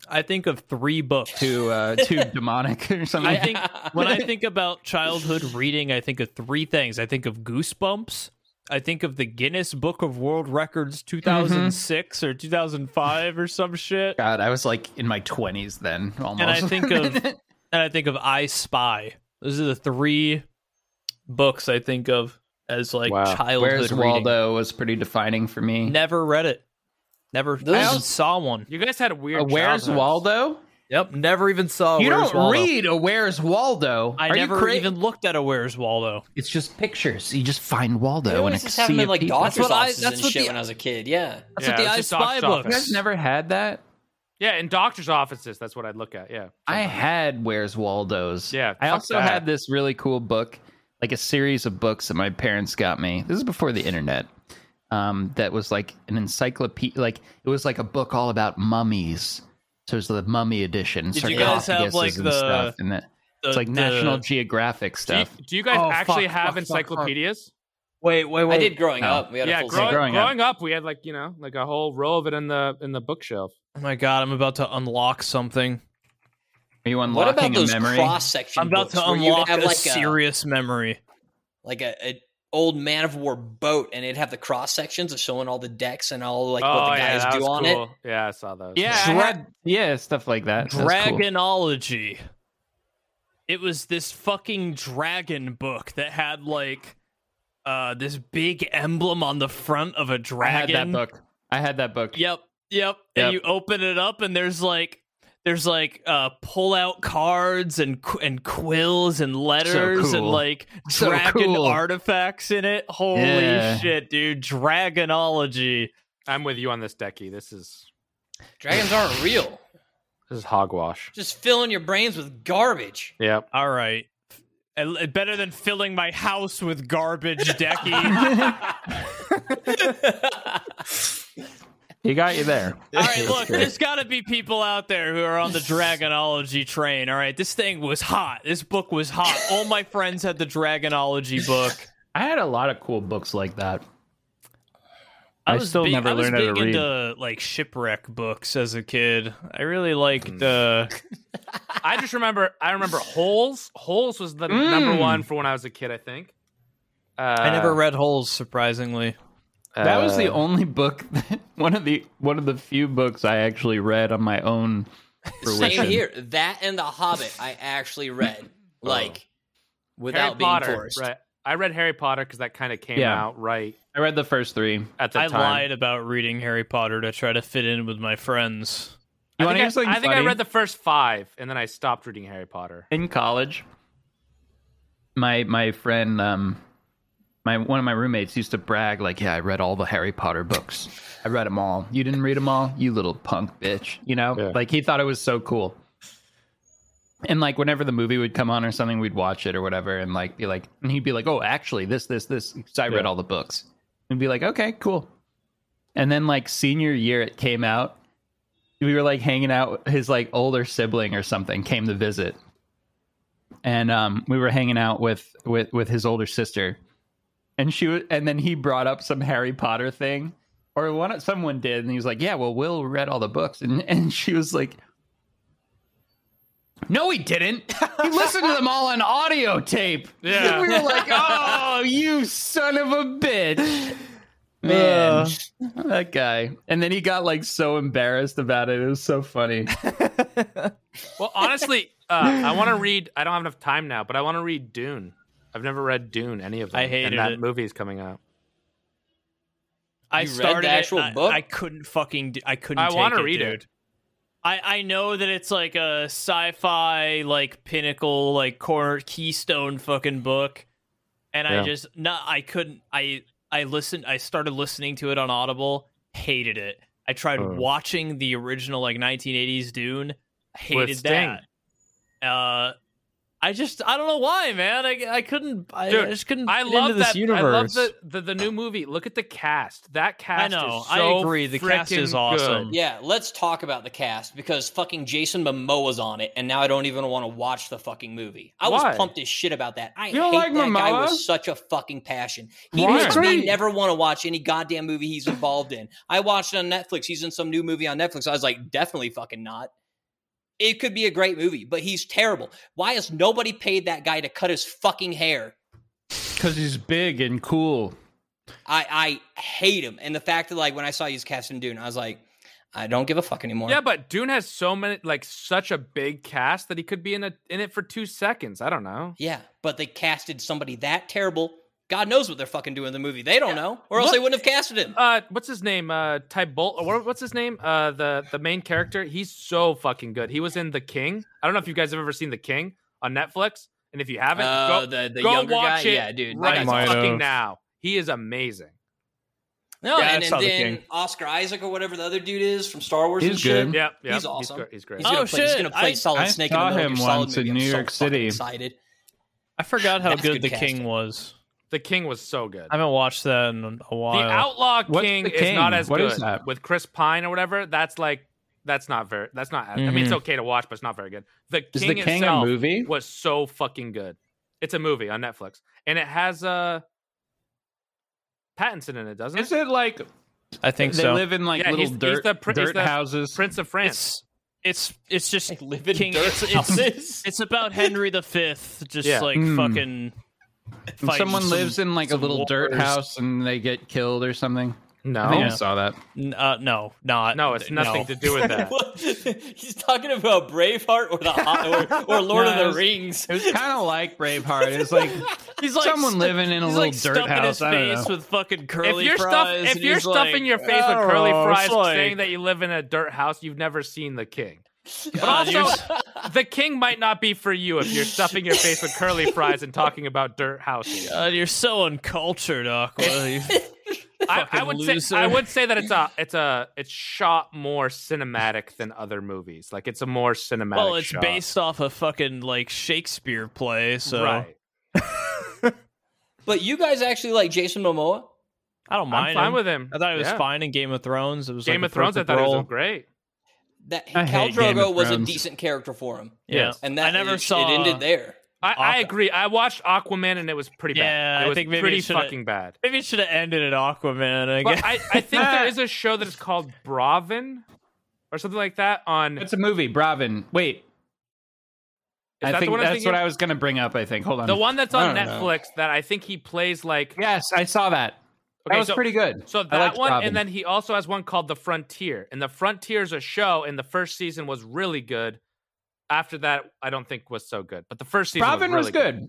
Speaker 1: I think of three books.
Speaker 3: Too uh, too demonic or something.
Speaker 1: I think when I think about childhood reading, I think of three things. I think of Goosebumps. I think of the Guinness Book of World Records 2006 or 2005 or some shit.
Speaker 3: God, I was like in my twenties then, almost.
Speaker 1: And I think of and I think of I Spy. Those are the three books I think of as like
Speaker 2: Wow.
Speaker 1: childhood
Speaker 3: Where's
Speaker 1: reading.
Speaker 3: Waldo was pretty defining for me.
Speaker 1: Never read it. Never
Speaker 4: Those-
Speaker 1: even saw one.
Speaker 2: You guys had a weird.
Speaker 3: A Uh, Where's
Speaker 2: childhoods.
Speaker 3: Waldo?
Speaker 1: Yep, never even saw.
Speaker 3: you
Speaker 1: Oh, Where's
Speaker 3: don't
Speaker 1: Waldo.
Speaker 3: read a Where's Waldo.
Speaker 1: I
Speaker 3: Are you
Speaker 1: never
Speaker 3: cra-
Speaker 1: even looked at a Where's Waldo.
Speaker 3: It's just pictures. You just find Waldo
Speaker 4: I
Speaker 3: and
Speaker 4: always
Speaker 3: it's
Speaker 4: just have them in like
Speaker 3: people.
Speaker 1: doc-
Speaker 4: doctor's
Speaker 1: what I-
Speaker 4: offices
Speaker 1: that's
Speaker 4: and
Speaker 1: what
Speaker 4: shit
Speaker 1: the-
Speaker 4: when I was a kid. Yeah.
Speaker 1: That's
Speaker 2: Yeah,
Speaker 1: what the
Speaker 2: it's
Speaker 1: I
Speaker 2: a
Speaker 1: Spy
Speaker 2: doctor's
Speaker 1: book.
Speaker 2: office.
Speaker 3: You guys never had that.
Speaker 2: Yeah, in doctors' offices, that's what I'd look at. Yeah.
Speaker 3: I had Where's Waldo's.
Speaker 2: Yeah,
Speaker 3: I
Speaker 2: fuck
Speaker 3: also
Speaker 2: that.
Speaker 3: had this really cool book, like a series of books that my parents got me. This is before the internet. Um, that was like an encyclopedia. Like it was like a book all about mummies. So it was the mummy edition.
Speaker 1: Did you guys have,
Speaker 3: sarcophaguses
Speaker 1: like,
Speaker 3: and
Speaker 1: the-
Speaker 3: stuff, and that, it's
Speaker 1: The-
Speaker 3: like
Speaker 1: the-
Speaker 3: National Geographic
Speaker 2: Do you,
Speaker 3: stuff.
Speaker 2: do you guys
Speaker 3: Oh,
Speaker 2: actually have
Speaker 3: fuck, fuck, fuck, fuck.
Speaker 2: encyclopedias?
Speaker 1: Wait, wait, wait.
Speaker 4: I did growing
Speaker 3: No.
Speaker 4: up. We had
Speaker 2: Yeah,
Speaker 4: a full
Speaker 2: growing,
Speaker 3: growing
Speaker 2: growing
Speaker 3: up.
Speaker 2: up. we had like you know like a whole row of it in the in the bookshelf.
Speaker 1: Oh my god, I'm about to unlock something.
Speaker 3: Are you unlocking
Speaker 4: What about those
Speaker 3: a memory?
Speaker 4: cross section?
Speaker 1: I'm about to unlock a serious memory.
Speaker 4: like a, a old man of war boat, and it'd have the cross sections of showing all the decks and all like
Speaker 2: oh
Speaker 4: what the
Speaker 2: yeah,
Speaker 4: guys
Speaker 2: that
Speaker 4: do
Speaker 2: was
Speaker 4: on
Speaker 2: cool.
Speaker 4: it.
Speaker 2: Yeah, I saw those.
Speaker 3: Yeah, I
Speaker 1: Dra-
Speaker 3: had- yeah, stuff like that. That's cool.
Speaker 1: Dragonology. It was this fucking dragon book that had like uh this big emblem on the front of a
Speaker 3: I had
Speaker 1: dragon.
Speaker 3: that book. I had that book.
Speaker 1: Yep. Yep.
Speaker 3: Yep.
Speaker 1: And you open it up and there's like there's like uh pull out cards and qu- and quills and letters
Speaker 3: cool.
Speaker 1: and like
Speaker 3: So
Speaker 1: dragon
Speaker 3: cool.
Speaker 1: artifacts in it. Holy
Speaker 3: Yeah.
Speaker 1: shit, dude! Dragonology.
Speaker 2: I'm with you on this, Decky. This is
Speaker 4: Dragons aren't real.
Speaker 2: this is hogwash.
Speaker 4: Just filling your brains with garbage.
Speaker 2: Yep.
Speaker 1: All right. Uh, Better than filling my house with garbage, Decky.
Speaker 5: He got you there.
Speaker 1: All right, look, there's got to be people out there who are on the Dragonology train. All right, this thing was hot. This book was hot. All my friends had the Dragonology book.
Speaker 5: I had a lot of cool books like that.
Speaker 1: I,
Speaker 5: I
Speaker 1: was
Speaker 5: still
Speaker 1: big-
Speaker 5: never
Speaker 1: I was
Speaker 5: learned how to
Speaker 1: big
Speaker 5: read.
Speaker 1: into like shipwreck books as a kid. I really liked uh,
Speaker 2: I just remember. I remember holes. Holes was the
Speaker 1: Mm.
Speaker 2: number one for when I was a kid. I think. Uh,
Speaker 1: I never read Holes surprisingly.
Speaker 3: That was
Speaker 2: uh,
Speaker 3: the only book, one of the one of the few books I actually read on my own.
Speaker 4: Same here. That and The Hobbit, I actually read like
Speaker 2: Harry
Speaker 4: without being
Speaker 2: Potter.
Speaker 4: forced.
Speaker 2: Right. I read Harry Potter because that kind of came
Speaker 3: Yeah.
Speaker 2: out right
Speaker 3: I read the first three. You
Speaker 2: at the
Speaker 1: I
Speaker 2: time.
Speaker 1: lied about reading Harry Potter to try to fit in with my friends.
Speaker 2: I
Speaker 3: want
Speaker 2: think,
Speaker 3: to hear
Speaker 2: I,
Speaker 3: something
Speaker 2: I, think I
Speaker 3: funny?
Speaker 2: read the first five, and then I stopped reading Harry Potter.
Speaker 3: in college my my friend um my one of my roommates used to brag like yeah i read all the harry potter books i read them all you didn't read them all you little punk bitch you know
Speaker 2: Yeah.
Speaker 3: like he thought it was so cool and like whenever the movie would come on or something we'd watch it or whatever and like be like and he'd be like oh actually this this this 'cause i read all the books and be like okay cool and then like senior year it came out we were like hanging out his like older sibling or something came to visit and um, we were hanging out with with with his older sister, and she wa- and then he brought up some Harry Potter thing, or one someone did, and he was like, "Yeah, well, Will read all the books," and and she was like. No, he didn't. He listened to them all on audio tape.
Speaker 2: Yeah.
Speaker 3: And we were like, "Oh, you son of a bitch, man, that guy." And then he got like so embarrassed about it. It was so funny.
Speaker 2: Well, honestly, uh, I want to read. I don't have enough time now, but I want to read Dune. I've never read Dune, any of them.
Speaker 1: I hated
Speaker 2: and that
Speaker 1: it.
Speaker 2: movie is coming out.
Speaker 1: I
Speaker 4: You read the
Speaker 1: started it,
Speaker 4: actual
Speaker 1: and I-
Speaker 4: book?
Speaker 1: I, couldn't fucking. Do, I couldn't.
Speaker 2: I
Speaker 1: want
Speaker 2: wanna
Speaker 1: to
Speaker 2: read it.
Speaker 1: I I know that it's like a sci-fi like pinnacle like corner keystone fucking book, and
Speaker 2: Yeah.
Speaker 1: I just no I couldn't I I listened I started listening to it on Audible hated it I tried
Speaker 3: Uh.
Speaker 2: Oh.
Speaker 1: watching the original like 1980s Dune hated
Speaker 2: Sting.
Speaker 1: that uh I just I don't know why man I I couldn't I, I
Speaker 2: Dude,
Speaker 1: just couldn't
Speaker 2: I
Speaker 1: fit
Speaker 2: love
Speaker 1: into this
Speaker 2: that.
Speaker 1: universe
Speaker 2: I love the, the the new movie. Look at the cast. That
Speaker 1: I
Speaker 2: cast.
Speaker 1: know
Speaker 2: Is
Speaker 1: I
Speaker 2: so
Speaker 1: agree the cast is
Speaker 2: frickin'
Speaker 1: awesome
Speaker 2: good.
Speaker 4: Yeah, let's talk about the cast because fucking Jason Momoa's on it, and now I don't even want to watch the fucking movie. I
Speaker 2: Why?
Speaker 4: was pumped as shit about that. I
Speaker 3: You don't like
Speaker 4: hate that guy
Speaker 3: Momoa?
Speaker 4: with such a fucking passion. He
Speaker 2: Why?
Speaker 4: makes me never want to watch any goddamn movie he's involved in. I watched it on Netflix. He's in some new movie on Netflix. I was like, definitely fucking not. It could be a great movie, but he's terrible. Why has nobody paid that guy to cut his fucking hair?
Speaker 3: Because he's big and cool.
Speaker 4: I I hate him, and the fact that like when I saw he's casting Dune, I was like, I don't give a fuck anymore.
Speaker 2: Yeah, but Dune has so many, like, such a big cast that he could be in a, in it for two seconds. I don't know.
Speaker 4: Yeah, but they casted somebody that terrible. God knows what they're fucking doing in the movie. They don't know, or else
Speaker 2: Look-
Speaker 4: they wouldn't have casted him.
Speaker 2: Uh, what's his name? Uh, Tybalt. Or what- what's his name? Uh, the the main character. He's so fucking good. He was in The King. I don't know if you guys have ever seen The King on Netflix, and if you haven't,
Speaker 4: Oh,
Speaker 2: go,
Speaker 4: the- the
Speaker 2: go
Speaker 4: younger
Speaker 2: watch
Speaker 4: guy?
Speaker 2: it.
Speaker 4: Yeah, dude, that
Speaker 2: right
Speaker 4: guy's
Speaker 5: Might
Speaker 2: fucking
Speaker 5: have.
Speaker 2: now. He is amazing.
Speaker 4: no,
Speaker 1: yeah, I
Speaker 4: and, and
Speaker 1: saw The
Speaker 4: then
Speaker 1: King.
Speaker 4: Oscar Isaac or whatever the other dude is from Star Wars.
Speaker 3: He's
Speaker 4: and shit.
Speaker 3: good.
Speaker 2: Yeah, yeah,
Speaker 4: He's awesome.
Speaker 2: gr- He's great.
Speaker 4: He's gonna
Speaker 1: Oh,
Speaker 4: play, He's
Speaker 1: shit.
Speaker 4: gonna play
Speaker 1: I-
Speaker 4: Solid
Speaker 5: I
Speaker 4: Snake in
Speaker 5: saw
Speaker 4: the middle of
Speaker 5: him
Speaker 4: your solid
Speaker 5: once in
Speaker 4: movie. I'm
Speaker 5: New
Speaker 4: so
Speaker 5: York
Speaker 4: fucking
Speaker 5: City.
Speaker 4: Excited.
Speaker 1: I forgot how
Speaker 4: That's
Speaker 1: good,
Speaker 4: good
Speaker 1: the
Speaker 4: casting.
Speaker 1: King was.
Speaker 2: the King was so good.
Speaker 1: I haven't watched that in a
Speaker 2: the
Speaker 1: while.
Speaker 2: Outlaw
Speaker 3: What's
Speaker 2: King,
Speaker 3: The
Speaker 2: is
Speaker 3: King?
Speaker 2: not as
Speaker 3: What
Speaker 2: good
Speaker 3: is that?
Speaker 2: with Chris Pine or whatever. That's like that's not very. That's not. I mean, it's
Speaker 1: Mhm.
Speaker 2: okay to watch, but it's not very good. The King
Speaker 3: Mm-hmm. Is the King
Speaker 2: itself
Speaker 3: a movie?
Speaker 2: was so fucking good. It's a movie on Netflix, and it has uh, Pattinson in it, doesn't
Speaker 5: Is it like
Speaker 1: I think
Speaker 3: They
Speaker 1: so.
Speaker 3: live in like
Speaker 2: Yeah,
Speaker 3: little
Speaker 2: he's- he's
Speaker 3: dirt,
Speaker 2: the pr- he's
Speaker 3: dirt
Speaker 2: the
Speaker 3: houses.
Speaker 2: Prince of France.
Speaker 1: It's it's it's just
Speaker 4: They live in
Speaker 1: King.
Speaker 4: dirt
Speaker 1: It's, it's
Speaker 4: houses.
Speaker 1: it's about Henry V, just
Speaker 2: Yeah.
Speaker 1: like
Speaker 3: Mm.
Speaker 1: fucking.
Speaker 3: And
Speaker 1: fighting
Speaker 3: Someone
Speaker 1: some-
Speaker 3: lives in like a
Speaker 1: some
Speaker 3: little dirt
Speaker 1: wars. Oh.
Speaker 3: house and they get killed or something.
Speaker 2: no,
Speaker 3: I think I saw that.
Speaker 1: N- Uh, no, not
Speaker 2: no, it's nothing to do with that.
Speaker 4: What? He's talking about Braveheart or the Ho- or, or Lord
Speaker 3: No, it
Speaker 4: of
Speaker 3: was-
Speaker 4: the Rings.
Speaker 3: It was kind of like Braveheart. It's like
Speaker 1: He's like
Speaker 3: someone
Speaker 1: stu-
Speaker 3: living in a
Speaker 1: he's
Speaker 3: little
Speaker 1: like
Speaker 3: dirt
Speaker 1: stuffing
Speaker 3: house.
Speaker 1: his
Speaker 3: I don't
Speaker 1: face
Speaker 3: know.
Speaker 1: with fucking
Speaker 2: If
Speaker 1: curly
Speaker 2: you're stuff,
Speaker 1: fries.
Speaker 2: if
Speaker 1: and
Speaker 2: you're
Speaker 1: he's
Speaker 2: stuffing
Speaker 1: like,
Speaker 2: your face
Speaker 1: "I
Speaker 2: with
Speaker 1: don't
Speaker 2: curly
Speaker 1: know, Oh, it's
Speaker 2: fries,
Speaker 1: like-
Speaker 2: saying that you live in a dirt house, you've never seen The King. But
Speaker 1: Ah,
Speaker 2: also, the king might not be for you if you're stuffing your face with curly fries and talking about dirt houses.
Speaker 1: God, you're so uncultured, Aqua. You-
Speaker 2: I, I
Speaker 1: fucking
Speaker 2: would
Speaker 1: loser.
Speaker 2: say I would say that it's a it's a it's shot more cinematic than other movies. Like it's a more cinematic.
Speaker 1: well, it's
Speaker 2: shot.
Speaker 1: based off a fucking like Shakespeare play, so
Speaker 2: right.
Speaker 4: But you guys actually like Jason Momoa?
Speaker 1: I don't mind.
Speaker 2: I'm fine
Speaker 1: him.
Speaker 2: with him.
Speaker 1: I thought it was
Speaker 2: Yeah.
Speaker 1: fine in Game of Thrones. It was
Speaker 2: Game
Speaker 1: like
Speaker 2: of
Speaker 1: the
Speaker 2: Thrones. I
Speaker 1: perfect
Speaker 2: thought
Speaker 1: role.
Speaker 2: it was great.
Speaker 4: That
Speaker 6: I
Speaker 4: Cal
Speaker 6: hate Game
Speaker 4: Drogo
Speaker 6: of
Speaker 4: was a
Speaker 6: Thrones.
Speaker 4: decent character for him.
Speaker 1: Yeah,
Speaker 4: And that
Speaker 1: I never
Speaker 4: it,
Speaker 1: saw.
Speaker 4: it ended there.
Speaker 2: I, I
Speaker 1: Aqua-
Speaker 2: agree. I watched Aquaman and it was pretty
Speaker 1: Yeah,
Speaker 2: bad. It
Speaker 1: I
Speaker 2: was
Speaker 1: think maybe
Speaker 2: pretty
Speaker 1: it should've-
Speaker 2: fucking bad.
Speaker 1: Maybe it should have ended at Aquaman. I guess.
Speaker 2: But I, I think there is a show that is called Bravin or something like that on
Speaker 3: It's a movie, Bravin. Wait,
Speaker 2: Is that
Speaker 3: I
Speaker 2: the
Speaker 3: think
Speaker 2: one I'm
Speaker 3: that's
Speaker 2: thinking
Speaker 3: what
Speaker 2: of?
Speaker 3: I was gonna bring up. I think. Hold on.
Speaker 2: the one that's
Speaker 3: I
Speaker 2: on
Speaker 3: don't know.
Speaker 2: Netflix that I think he plays like
Speaker 3: Yes, I saw that.
Speaker 2: Okay,
Speaker 3: that was
Speaker 2: so-
Speaker 3: pretty good.
Speaker 2: So
Speaker 3: I
Speaker 2: that
Speaker 3: liked
Speaker 2: one,
Speaker 3: Robin.
Speaker 2: and then he also has one called The Frontier. And The Frontier is a show, and the first season was really good. After that, I don't think was so good. But the first season,
Speaker 3: Robin
Speaker 2: was,
Speaker 3: was
Speaker 2: really
Speaker 3: good.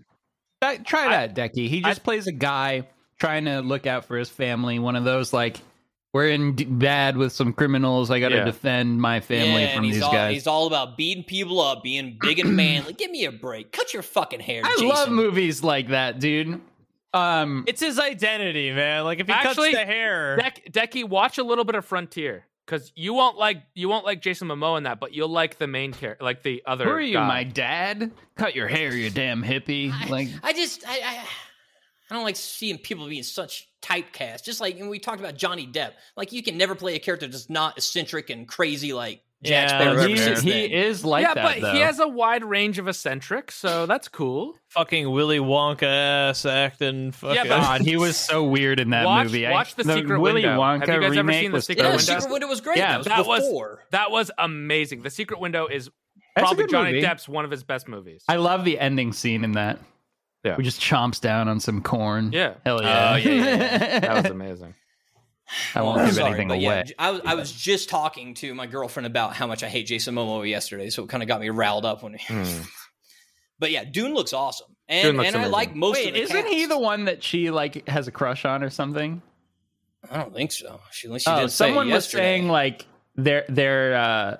Speaker 3: That, try
Speaker 2: I-
Speaker 3: that, Decky. He
Speaker 2: I-
Speaker 3: just plays a guy trying to look out for his family. One of those like we're in d- bad with some criminals. I got to
Speaker 2: Yeah.
Speaker 3: defend my family
Speaker 4: yeah, and
Speaker 3: from
Speaker 4: he's
Speaker 3: these
Speaker 4: all,
Speaker 3: guys.
Speaker 4: He's all about beating people up, being big and manly. Give me a break. Cut your fucking hair.
Speaker 3: I
Speaker 4: Jason.
Speaker 3: love movies like that, dude. Um,
Speaker 1: it's his identity, man. Like if he
Speaker 2: Actually,
Speaker 1: cuts the hair,
Speaker 2: Deck, Decky, watch a little bit of Frontier because you won't like you won't like Jason Momoa in that, but you'll like the main character, like the other.
Speaker 3: who are you,
Speaker 2: guy.
Speaker 3: my dad? Cut your hair, you damn hippie! Like
Speaker 4: I just I, I I don't like seeing people being such typecast. Just like when we talked about Johnny Depp, like you can never play a character that's not eccentric and crazy like
Speaker 1: Yeah,
Speaker 4: Jack Sparrow.
Speaker 1: that's
Speaker 4: ever
Speaker 3: he,
Speaker 4: since
Speaker 3: he
Speaker 4: then.
Speaker 3: is like
Speaker 2: yeah,
Speaker 3: that.
Speaker 2: but
Speaker 3: though.
Speaker 2: he has a wide range of eccentric, so that's cool.
Speaker 1: fucking Willy Wonka ass acting. Fucking
Speaker 2: but-
Speaker 3: God, he was so weird in that
Speaker 2: watch,
Speaker 3: movie. I-
Speaker 2: watch the, Secret
Speaker 3: Willy
Speaker 2: Window.
Speaker 3: Wonka
Speaker 2: Have you guys ever
Speaker 3: remake
Speaker 2: seen the
Speaker 3: was
Speaker 2: Secret
Speaker 4: yeah,
Speaker 3: so-
Speaker 2: Window?
Speaker 4: Secret Window was great.
Speaker 3: Yeah,
Speaker 4: that was
Speaker 2: that was-
Speaker 4: before.
Speaker 2: That was amazing. The Secret Window is
Speaker 3: That's a
Speaker 2: probably
Speaker 3: good
Speaker 2: Johnny
Speaker 3: movie.
Speaker 2: Depp's one of his best movies.
Speaker 3: I love the ending scene in that.
Speaker 2: Yeah.
Speaker 3: Where he just chomps down on some corn.
Speaker 2: Yeah.
Speaker 3: Hell yeah.
Speaker 2: Oh, yeah, yeah. that was amazing.
Speaker 3: I won't
Speaker 4: I'm
Speaker 3: give
Speaker 4: sorry,
Speaker 3: anything
Speaker 4: but
Speaker 3: away.
Speaker 4: yeah, j- I was, I was just talking to my girlfriend about how much I hate Jason Momoa yesterday, so it kind of got me riled up when.
Speaker 3: Hmm.
Speaker 4: But yeah, Dune looks awesome, and
Speaker 2: Dune looks
Speaker 4: and I
Speaker 2: amazing.
Speaker 4: like most of
Speaker 3: Wait,
Speaker 4: the
Speaker 3: isn't he
Speaker 4: cast.
Speaker 3: the one that she like has a crush on or something?
Speaker 4: I don't think so. She, at least she
Speaker 3: oh,
Speaker 4: didn't
Speaker 3: someone
Speaker 4: say it
Speaker 3: was
Speaker 4: yesterday.
Speaker 3: saying like their their uh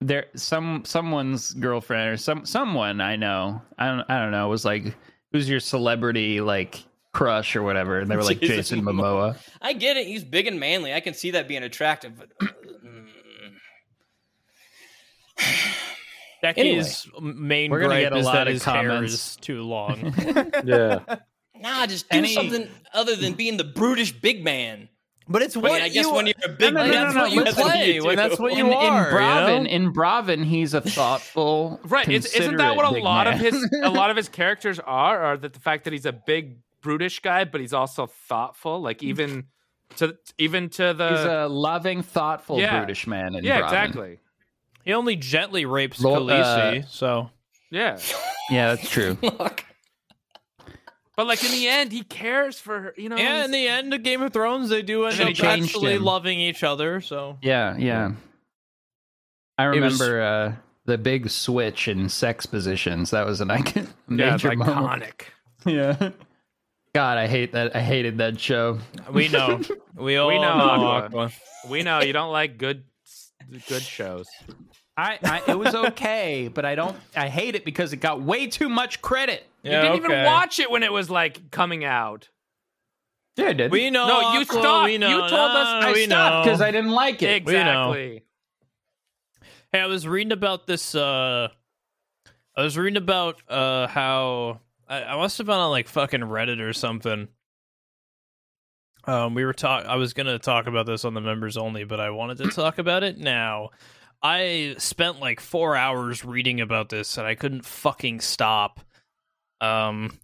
Speaker 3: their some someone's girlfriend or some someone I know. I don't I don't know, was like who's your celebrity like crush or whatever and they were like
Speaker 4: Jason
Speaker 3: Jason Momoa.
Speaker 4: I get it. He's big and manly. I can see that being attractive. But mm,
Speaker 1: Becky's main
Speaker 3: We're gonna
Speaker 1: gripe
Speaker 3: get a
Speaker 1: is
Speaker 3: lot
Speaker 1: that
Speaker 3: of
Speaker 1: his hair
Speaker 3: comments.
Speaker 1: is too long.
Speaker 2: Yeah.
Speaker 4: nah, just do
Speaker 3: Any-
Speaker 4: something other than being the brutish big man.
Speaker 1: but it's
Speaker 4: I mean, I guess when you're a big
Speaker 3: No,
Speaker 4: man,
Speaker 3: no, no,
Speaker 4: that's
Speaker 3: no,
Speaker 4: what you
Speaker 3: listen.
Speaker 4: play.
Speaker 1: When that's
Speaker 4: do.
Speaker 1: what you
Speaker 3: in,
Speaker 1: are.
Speaker 3: in Bravin,
Speaker 1: you know?
Speaker 3: in Bravin, he's a thoughtful,
Speaker 2: right is, isn't that what a
Speaker 3: considerate
Speaker 2: lot of
Speaker 3: big man.
Speaker 2: his a lot of his characters are are that the fact that he's a big brutish guy but he's also thoughtful like even to even to the
Speaker 3: He's a loving, thoughtful
Speaker 2: Yeah.
Speaker 3: British man. In
Speaker 2: yeah
Speaker 3: Bravin.
Speaker 2: exactly
Speaker 1: He only gently rapes
Speaker 3: Lo-
Speaker 4: uh,
Speaker 1: Khaleesi, so
Speaker 2: yeah
Speaker 3: Yeah, that's true.
Speaker 4: Look,
Speaker 2: but like in the end he cares for her you know
Speaker 1: yeah.
Speaker 2: he's-
Speaker 1: In the end of Game of Thrones, they do end
Speaker 2: then
Speaker 1: up
Speaker 2: he changed
Speaker 1: actually
Speaker 3: him.
Speaker 1: loving each other. So
Speaker 3: Yeah, yeah. I
Speaker 1: It was-
Speaker 3: remember uh, the big switch in sex positions. That was an icon.
Speaker 2: yeah, it's
Speaker 3: major moment.
Speaker 2: iconic
Speaker 3: Yeah. God, I hate that. I hated that show.
Speaker 1: we know, we all
Speaker 2: know,
Speaker 1: know.
Speaker 2: Aqua. we know you don't like good good shows
Speaker 3: I, I it was okay, but I don't. I hate it because it got way too much credit.
Speaker 1: Yeah,
Speaker 2: you didn't even
Speaker 1: okay.
Speaker 2: watch it when it was like coming out
Speaker 3: Yeah, I did.
Speaker 1: We know.
Speaker 2: No, you
Speaker 1: Aqua,
Speaker 2: stopped.
Speaker 1: We know.
Speaker 2: You told
Speaker 1: No,
Speaker 2: us-
Speaker 1: no, no,
Speaker 3: I
Speaker 1: we
Speaker 3: stopped
Speaker 1: know.
Speaker 3: because I didn't like it.
Speaker 1: know.
Speaker 2: exactly
Speaker 1: Hey, I was reading about this. Uh, I was reading about uh, how I, I must have been on like fucking Reddit or something. Um, we were talk. I was gonna talk about this on the members only, but I wanted to talk about it now. I spent like four hours reading about this, and I couldn't fucking stop. Um,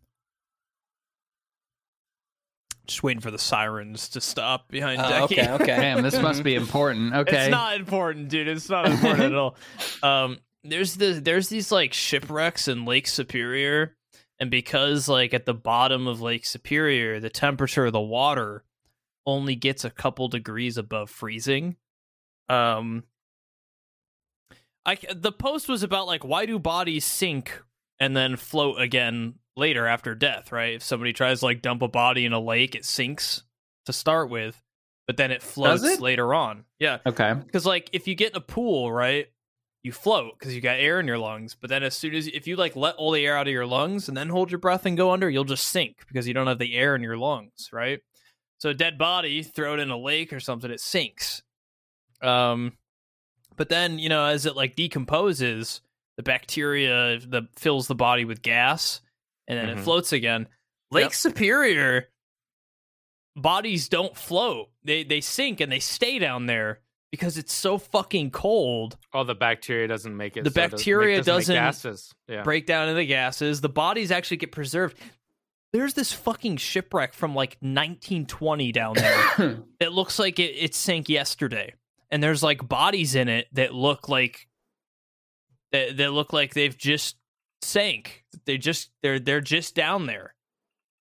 Speaker 1: just waiting for the sirens to stop behind
Speaker 4: Uh,
Speaker 1: Decky.
Speaker 4: okay, okay.
Speaker 3: Damn, this must be important. Okay.
Speaker 1: It's not important, dude. It's not important at all. Um, there's the there's these like shipwrecks in Lake Superior, and because like at the bottom of Lake Superior, the temperature of the water only gets a couple degrees above freezing. Um, I c- the post was about like why do bodies sink and then float again later after death, right? If somebody tries to like dump a body in a lake, it sinks to start with, but then it floats
Speaker 3: it?
Speaker 1: later on. Yeah,
Speaker 3: okay.
Speaker 1: because like if you get in a pool, right, you float because you got air in your lungs. But then as soon as if you like let all the air out of your lungs and then hold your breath and go under, you'll just sink because you don't have the air in your lungs, right? So a dead body, throw it in a lake or something, it sinks. Um, but then you know as it like decomposes, the bacteria that fills the body with gas, and then it
Speaker 2: Mhm.
Speaker 1: floats again. Lake
Speaker 2: Yep.
Speaker 1: Superior bodies don't float; they they sink and they stay down there because it's so fucking cold.
Speaker 2: Oh, the bacteria doesn't make it.
Speaker 1: The
Speaker 2: so it doesn't-
Speaker 1: bacteria
Speaker 2: make- doesn't. make
Speaker 1: doesn't
Speaker 2: gases. Yeah.
Speaker 1: break down into gases. The bodies actually get preserved. There's this fucking shipwreck from like 1920 down there that looks like it, it sank yesterday, and there's like bodies in it that look like that, that look like they've just sank. They just they're they're just down there.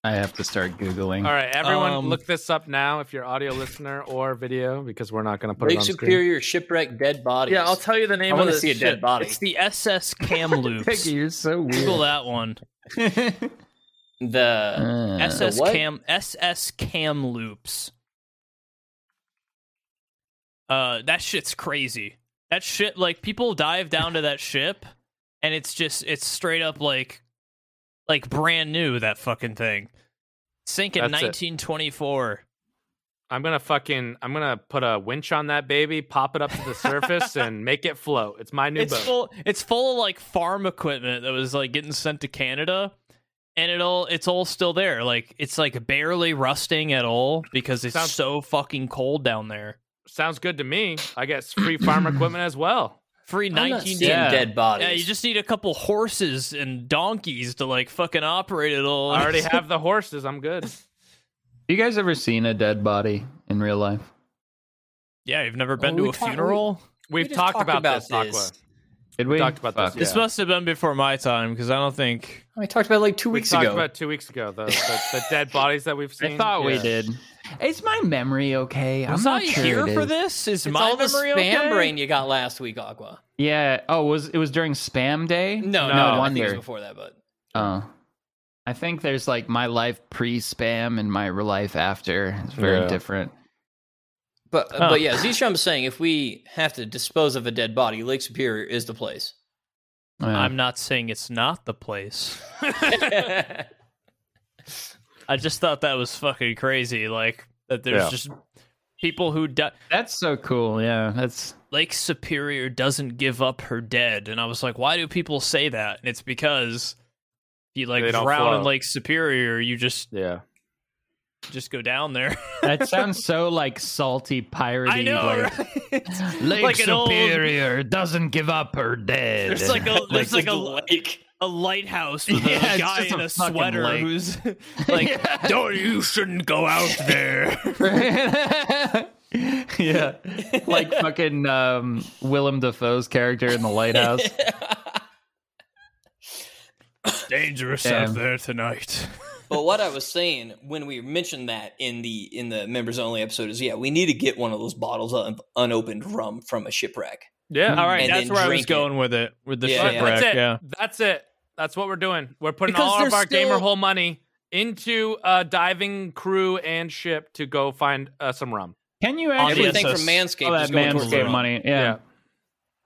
Speaker 3: I have to start googling.
Speaker 2: All right, everyone,
Speaker 1: Um,
Speaker 2: look this up now if you're audio listener or video, because we're not going to put it
Speaker 4: Lake
Speaker 2: on
Speaker 4: Superior shipwreck dead bodies.
Speaker 7: Yeah, I'll tell you the name of
Speaker 4: I want to
Speaker 7: this
Speaker 4: see a
Speaker 7: ship.
Speaker 4: dead body.
Speaker 1: It's the SS Kamloops.
Speaker 3: Peggy, you're so
Speaker 1: Google
Speaker 3: weird.
Speaker 1: that one.
Speaker 4: The
Speaker 3: Uh,
Speaker 1: SS
Speaker 4: what?
Speaker 1: Cam SS Cam loops. Uh that shit's crazy. That shit like people dive down to that ship and it's just it's straight up like like brand new that fucking thing. Sink in
Speaker 2: That's it.
Speaker 1: 1924.
Speaker 2: I'm gonna fucking I'm gonna put a winch on that baby, pop it up to the surface, and make it float. It's my new
Speaker 1: It's
Speaker 2: boat.
Speaker 1: full it's full of like farm equipment that was like getting sent to Canada and it all it's all still there. Like it's like barely rusting at all because it's
Speaker 2: Sounds-
Speaker 1: so fucking cold down there.
Speaker 2: Sounds good to me. I get free farm equipment as well.
Speaker 1: Free
Speaker 4: I'm not
Speaker 1: 19
Speaker 4: seeing dead bodies.
Speaker 1: Yeah, you just need a couple horses and donkeys to like fucking operate it all.
Speaker 2: I already have the horses. I'm good.
Speaker 3: you guys ever seen a dead body in real life?
Speaker 1: yeah, you've never been
Speaker 4: Oh,
Speaker 1: to
Speaker 4: we
Speaker 1: a
Speaker 4: talked-
Speaker 1: funeral.
Speaker 2: We've
Speaker 4: just
Speaker 2: talked,
Speaker 4: talked
Speaker 2: about,
Speaker 4: about
Speaker 2: this, Aqua.
Speaker 4: this.
Speaker 3: Did
Speaker 2: We
Speaker 3: we
Speaker 2: talked about this.
Speaker 3: Fuck.
Speaker 2: yeah.
Speaker 1: This must have been before my time because I don't think.
Speaker 4: I talked about it like two
Speaker 2: We
Speaker 4: weeks
Speaker 2: talked
Speaker 4: ago.
Speaker 2: about two weeks ago. The, the, the dead bodies that we've seen.
Speaker 3: I thought we
Speaker 2: Yeah.
Speaker 3: did. Is my memory okay?
Speaker 1: was
Speaker 3: I'm not
Speaker 1: I
Speaker 3: sure
Speaker 1: here
Speaker 3: it
Speaker 1: for
Speaker 3: is.
Speaker 1: this? Is
Speaker 4: It's
Speaker 1: my
Speaker 4: all the
Speaker 1: memory
Speaker 4: spam
Speaker 1: okay?
Speaker 4: brain you got last week, Aqua.
Speaker 3: Yeah. Oh, was it was during spam day?
Speaker 4: No,
Speaker 2: No,
Speaker 4: no, I think it was
Speaker 3: wonder.
Speaker 4: before that, but
Speaker 3: Oh. I think there's like my life pre spam and my life after. It's very
Speaker 2: Yeah.
Speaker 3: different.
Speaker 4: but
Speaker 1: Huh.
Speaker 4: but yeah, Zisham's saying if we have to dispose of a dead body, Lake Superior is the place.
Speaker 3: Uh,
Speaker 1: I'm not saying it's not the place. I just thought that was fucking crazy. Like that, there's
Speaker 2: Yeah.
Speaker 1: just people who die.
Speaker 3: that's so cool. Yeah. That's
Speaker 1: Lake Superior doesn't give up her dead. And I was like, why do people say that? And it's because if you like
Speaker 2: They don't
Speaker 1: drown in
Speaker 2: float.
Speaker 1: Lake Superior, you just
Speaker 2: Yeah.
Speaker 1: just go down there.
Speaker 3: that sounds so like salty piratey.
Speaker 1: I know,
Speaker 3: like,
Speaker 1: right?
Speaker 3: Lake
Speaker 1: Like an old-
Speaker 3: Superior doesn't give up her dead.
Speaker 1: There's like a there's like, a,
Speaker 4: lake.
Speaker 1: a lighthouse with
Speaker 3: Yeah,
Speaker 1: a
Speaker 3: it's
Speaker 1: guy
Speaker 3: just
Speaker 1: in
Speaker 3: a
Speaker 1: a
Speaker 3: fucking
Speaker 1: sweater
Speaker 3: lake.
Speaker 1: who's like,
Speaker 3: Yeah.
Speaker 1: "Don't you shouldn't go out there."
Speaker 3: yeah, like fucking um, Willem Dafoe's character in the lighthouse.
Speaker 1: It's dangerous
Speaker 3: Damn.
Speaker 1: out there tonight.
Speaker 4: but what I was saying when we mentioned that in the in the members only episode is yeah, we need to get one of those bottles of unopened rum from a shipwreck.
Speaker 2: Yeah.
Speaker 1: All right,
Speaker 4: And
Speaker 1: that's
Speaker 4: then
Speaker 1: where I was
Speaker 4: drink it.
Speaker 1: going with it with the
Speaker 4: Yeah, yeah.
Speaker 1: shipwreck.
Speaker 2: That's it.
Speaker 1: yeah.
Speaker 2: That's it. That's what we're doing. We're putting
Speaker 1: Because
Speaker 2: all of
Speaker 1: they're
Speaker 2: our gamer
Speaker 1: still-
Speaker 2: hole money into a diving crew and ship to go find uh, some rum.
Speaker 3: Can you actually
Speaker 4: Everything
Speaker 1: Oh, so
Speaker 4: from
Speaker 3: all
Speaker 4: oh, Manscaped
Speaker 3: that
Speaker 4: is going
Speaker 3: man's
Speaker 4: towards
Speaker 3: gave
Speaker 4: rum.
Speaker 3: money? Yeah.
Speaker 2: Yeah.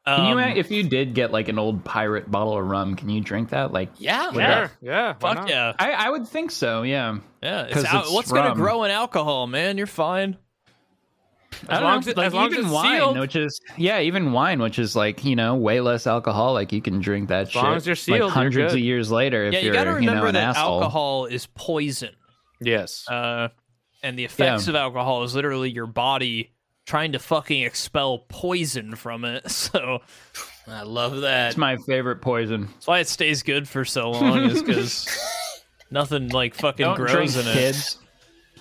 Speaker 3: Can you,
Speaker 1: Um,
Speaker 3: act- if you did get like an old pirate bottle of rum, can you drink that? Like,
Speaker 4: Yeah,
Speaker 3: Would that-
Speaker 2: Sure. Yeah. why
Speaker 1: fuck
Speaker 2: not?
Speaker 1: yeah.
Speaker 3: I, I would think so. Yeah.
Speaker 1: Yeah, it's
Speaker 3: 'Cause
Speaker 1: al-
Speaker 3: it's
Speaker 1: what's gonna
Speaker 3: rum.
Speaker 1: grow in alcohol, man? You're fine.
Speaker 3: I don't
Speaker 2: long
Speaker 3: know,
Speaker 2: as it-
Speaker 3: like,
Speaker 2: as long as
Speaker 3: even
Speaker 2: it's
Speaker 3: wine,
Speaker 2: sealed.
Speaker 3: which is yeah, even wine, which is like you know way less alcoholic. You can drink that shit.
Speaker 2: long as you're sealed, you're
Speaker 3: like hundreds
Speaker 2: good.
Speaker 3: of years later, if
Speaker 1: yeah, you
Speaker 3: you're
Speaker 1: gotta remember
Speaker 3: know, an
Speaker 1: that
Speaker 3: asshole.
Speaker 1: alcohol is poison,
Speaker 2: Yes.
Speaker 1: uh, and the effects of alcohol is literally your body trying to fucking expel poison from it. So
Speaker 4: I love that.
Speaker 3: It's my favorite poison.
Speaker 1: that's why it stays good for so long, is because nothing like fucking
Speaker 3: Don't
Speaker 1: grows
Speaker 3: drink,
Speaker 1: in it.
Speaker 3: kids.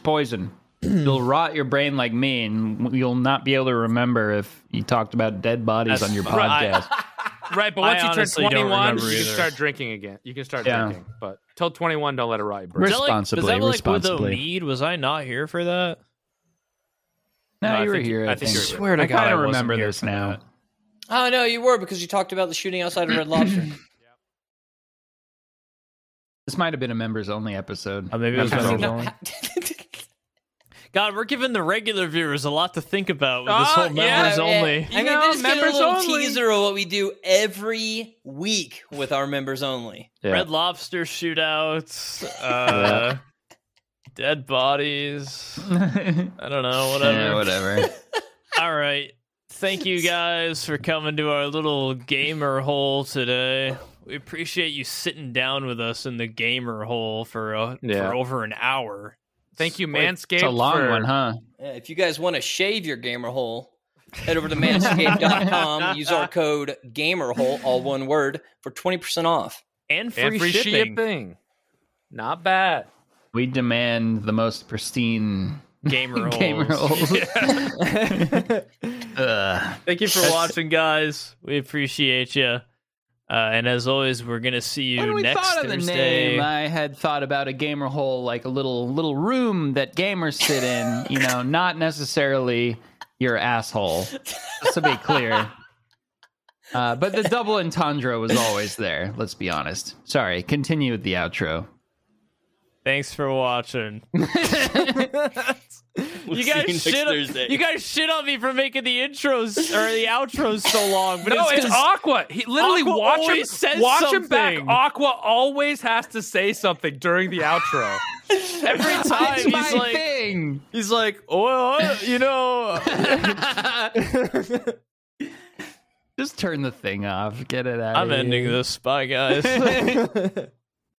Speaker 3: Poison. You'll rot your brain like me, and you'll not be able to remember if you talked about dead bodies
Speaker 2: That's
Speaker 3: on your
Speaker 2: right.
Speaker 3: podcast.
Speaker 2: Right, but
Speaker 1: I
Speaker 2: once you turn
Speaker 1: honestly don't
Speaker 2: 21, you
Speaker 1: remember
Speaker 2: can
Speaker 1: either.
Speaker 2: start drinking again. You can start
Speaker 3: Yeah.
Speaker 2: drinking, but till 21, don't let it rot your brain.
Speaker 1: Is that like-
Speaker 3: responsibly,
Speaker 1: Is that like
Speaker 3: responsibly.
Speaker 1: with Omid? Was I not here for that?
Speaker 3: no,
Speaker 2: No, I
Speaker 3: you were
Speaker 2: think you-
Speaker 3: here.
Speaker 2: I
Speaker 3: I
Speaker 2: think
Speaker 3: think.
Speaker 2: you were
Speaker 1: Swear to
Speaker 3: I
Speaker 1: God,
Speaker 3: kind
Speaker 1: I
Speaker 3: of
Speaker 1: wasn't
Speaker 3: remember
Speaker 1: here
Speaker 3: this
Speaker 1: for
Speaker 3: now.
Speaker 1: that.
Speaker 4: Oh no, you were because you talked about the shooting outside of Red Lobster.
Speaker 3: This might have been a members only episode.
Speaker 1: Oh, maybe it was
Speaker 3: Members
Speaker 1: members
Speaker 3: only.
Speaker 1: only. God, we're giving the regular viewers a lot to think about with this whole
Speaker 2: Oh, yeah,
Speaker 1: members
Speaker 4: yeah.
Speaker 1: only.
Speaker 4: I mean,
Speaker 2: know,
Speaker 4: just give a
Speaker 2: members
Speaker 4: little
Speaker 2: only.
Speaker 4: teaser of what we do every week with our members only.
Speaker 2: Yeah.
Speaker 1: Red Lobster shootouts, uh, dead bodies. I don't
Speaker 2: Oh,
Speaker 1: know, whatever.
Speaker 3: Yeah, whatever.
Speaker 1: All right. Thank you guys for coming to our little gamer hole today. We appreciate you sitting down with us in the gamer hole for uh,
Speaker 2: Yeah.
Speaker 1: for over an hour.
Speaker 2: Thank you,
Speaker 1: Wait,
Speaker 2: Manscaped.
Speaker 5: It's a long
Speaker 2: for-
Speaker 5: one, huh?
Speaker 4: Yeah, Uh, if you guys want to shave your gamer hole, head over to manscaped.com. use our code GAMERHOLE, all one word, for 20% off.
Speaker 1: And free,
Speaker 2: and free
Speaker 1: shipping.
Speaker 2: shipping. Not bad.
Speaker 3: we demand the most pristine
Speaker 1: Gamer holes.
Speaker 3: gamer holes. Ugh.
Speaker 1: Thank you for watching, guys. We appreciate you. Uh, and as always, we're gonna see you
Speaker 3: When we
Speaker 1: next
Speaker 3: thought of the
Speaker 1: Thursday.
Speaker 3: name, I had thought about a gamer hole, like a little little room that gamers sit in. You know, not necessarily your asshole. Just to be clear. Uh, but the double entendre was always there. Let's be honest. Sorry. Continue with the outro.
Speaker 1: Thanks for watching. you
Speaker 4: see
Speaker 1: guys
Speaker 4: you next
Speaker 1: shit.
Speaker 4: Thursday.
Speaker 1: You guys shit on me for making the intros or the outros so long, but
Speaker 2: No,
Speaker 1: it's
Speaker 2: it's,
Speaker 1: 'cause-
Speaker 2: Aqua. He literally
Speaker 1: Aqua
Speaker 2: watch him.
Speaker 1: always says
Speaker 2: watch him back.
Speaker 1: something.
Speaker 2: Aqua always has to say something during the outro.
Speaker 1: every time he's
Speaker 3: My
Speaker 1: like,
Speaker 3: thing.
Speaker 1: he's like, well, I- you know,
Speaker 3: Just turn the thing off. Get it out.
Speaker 1: I'm
Speaker 3: of here.
Speaker 1: ending this. Bye, guys.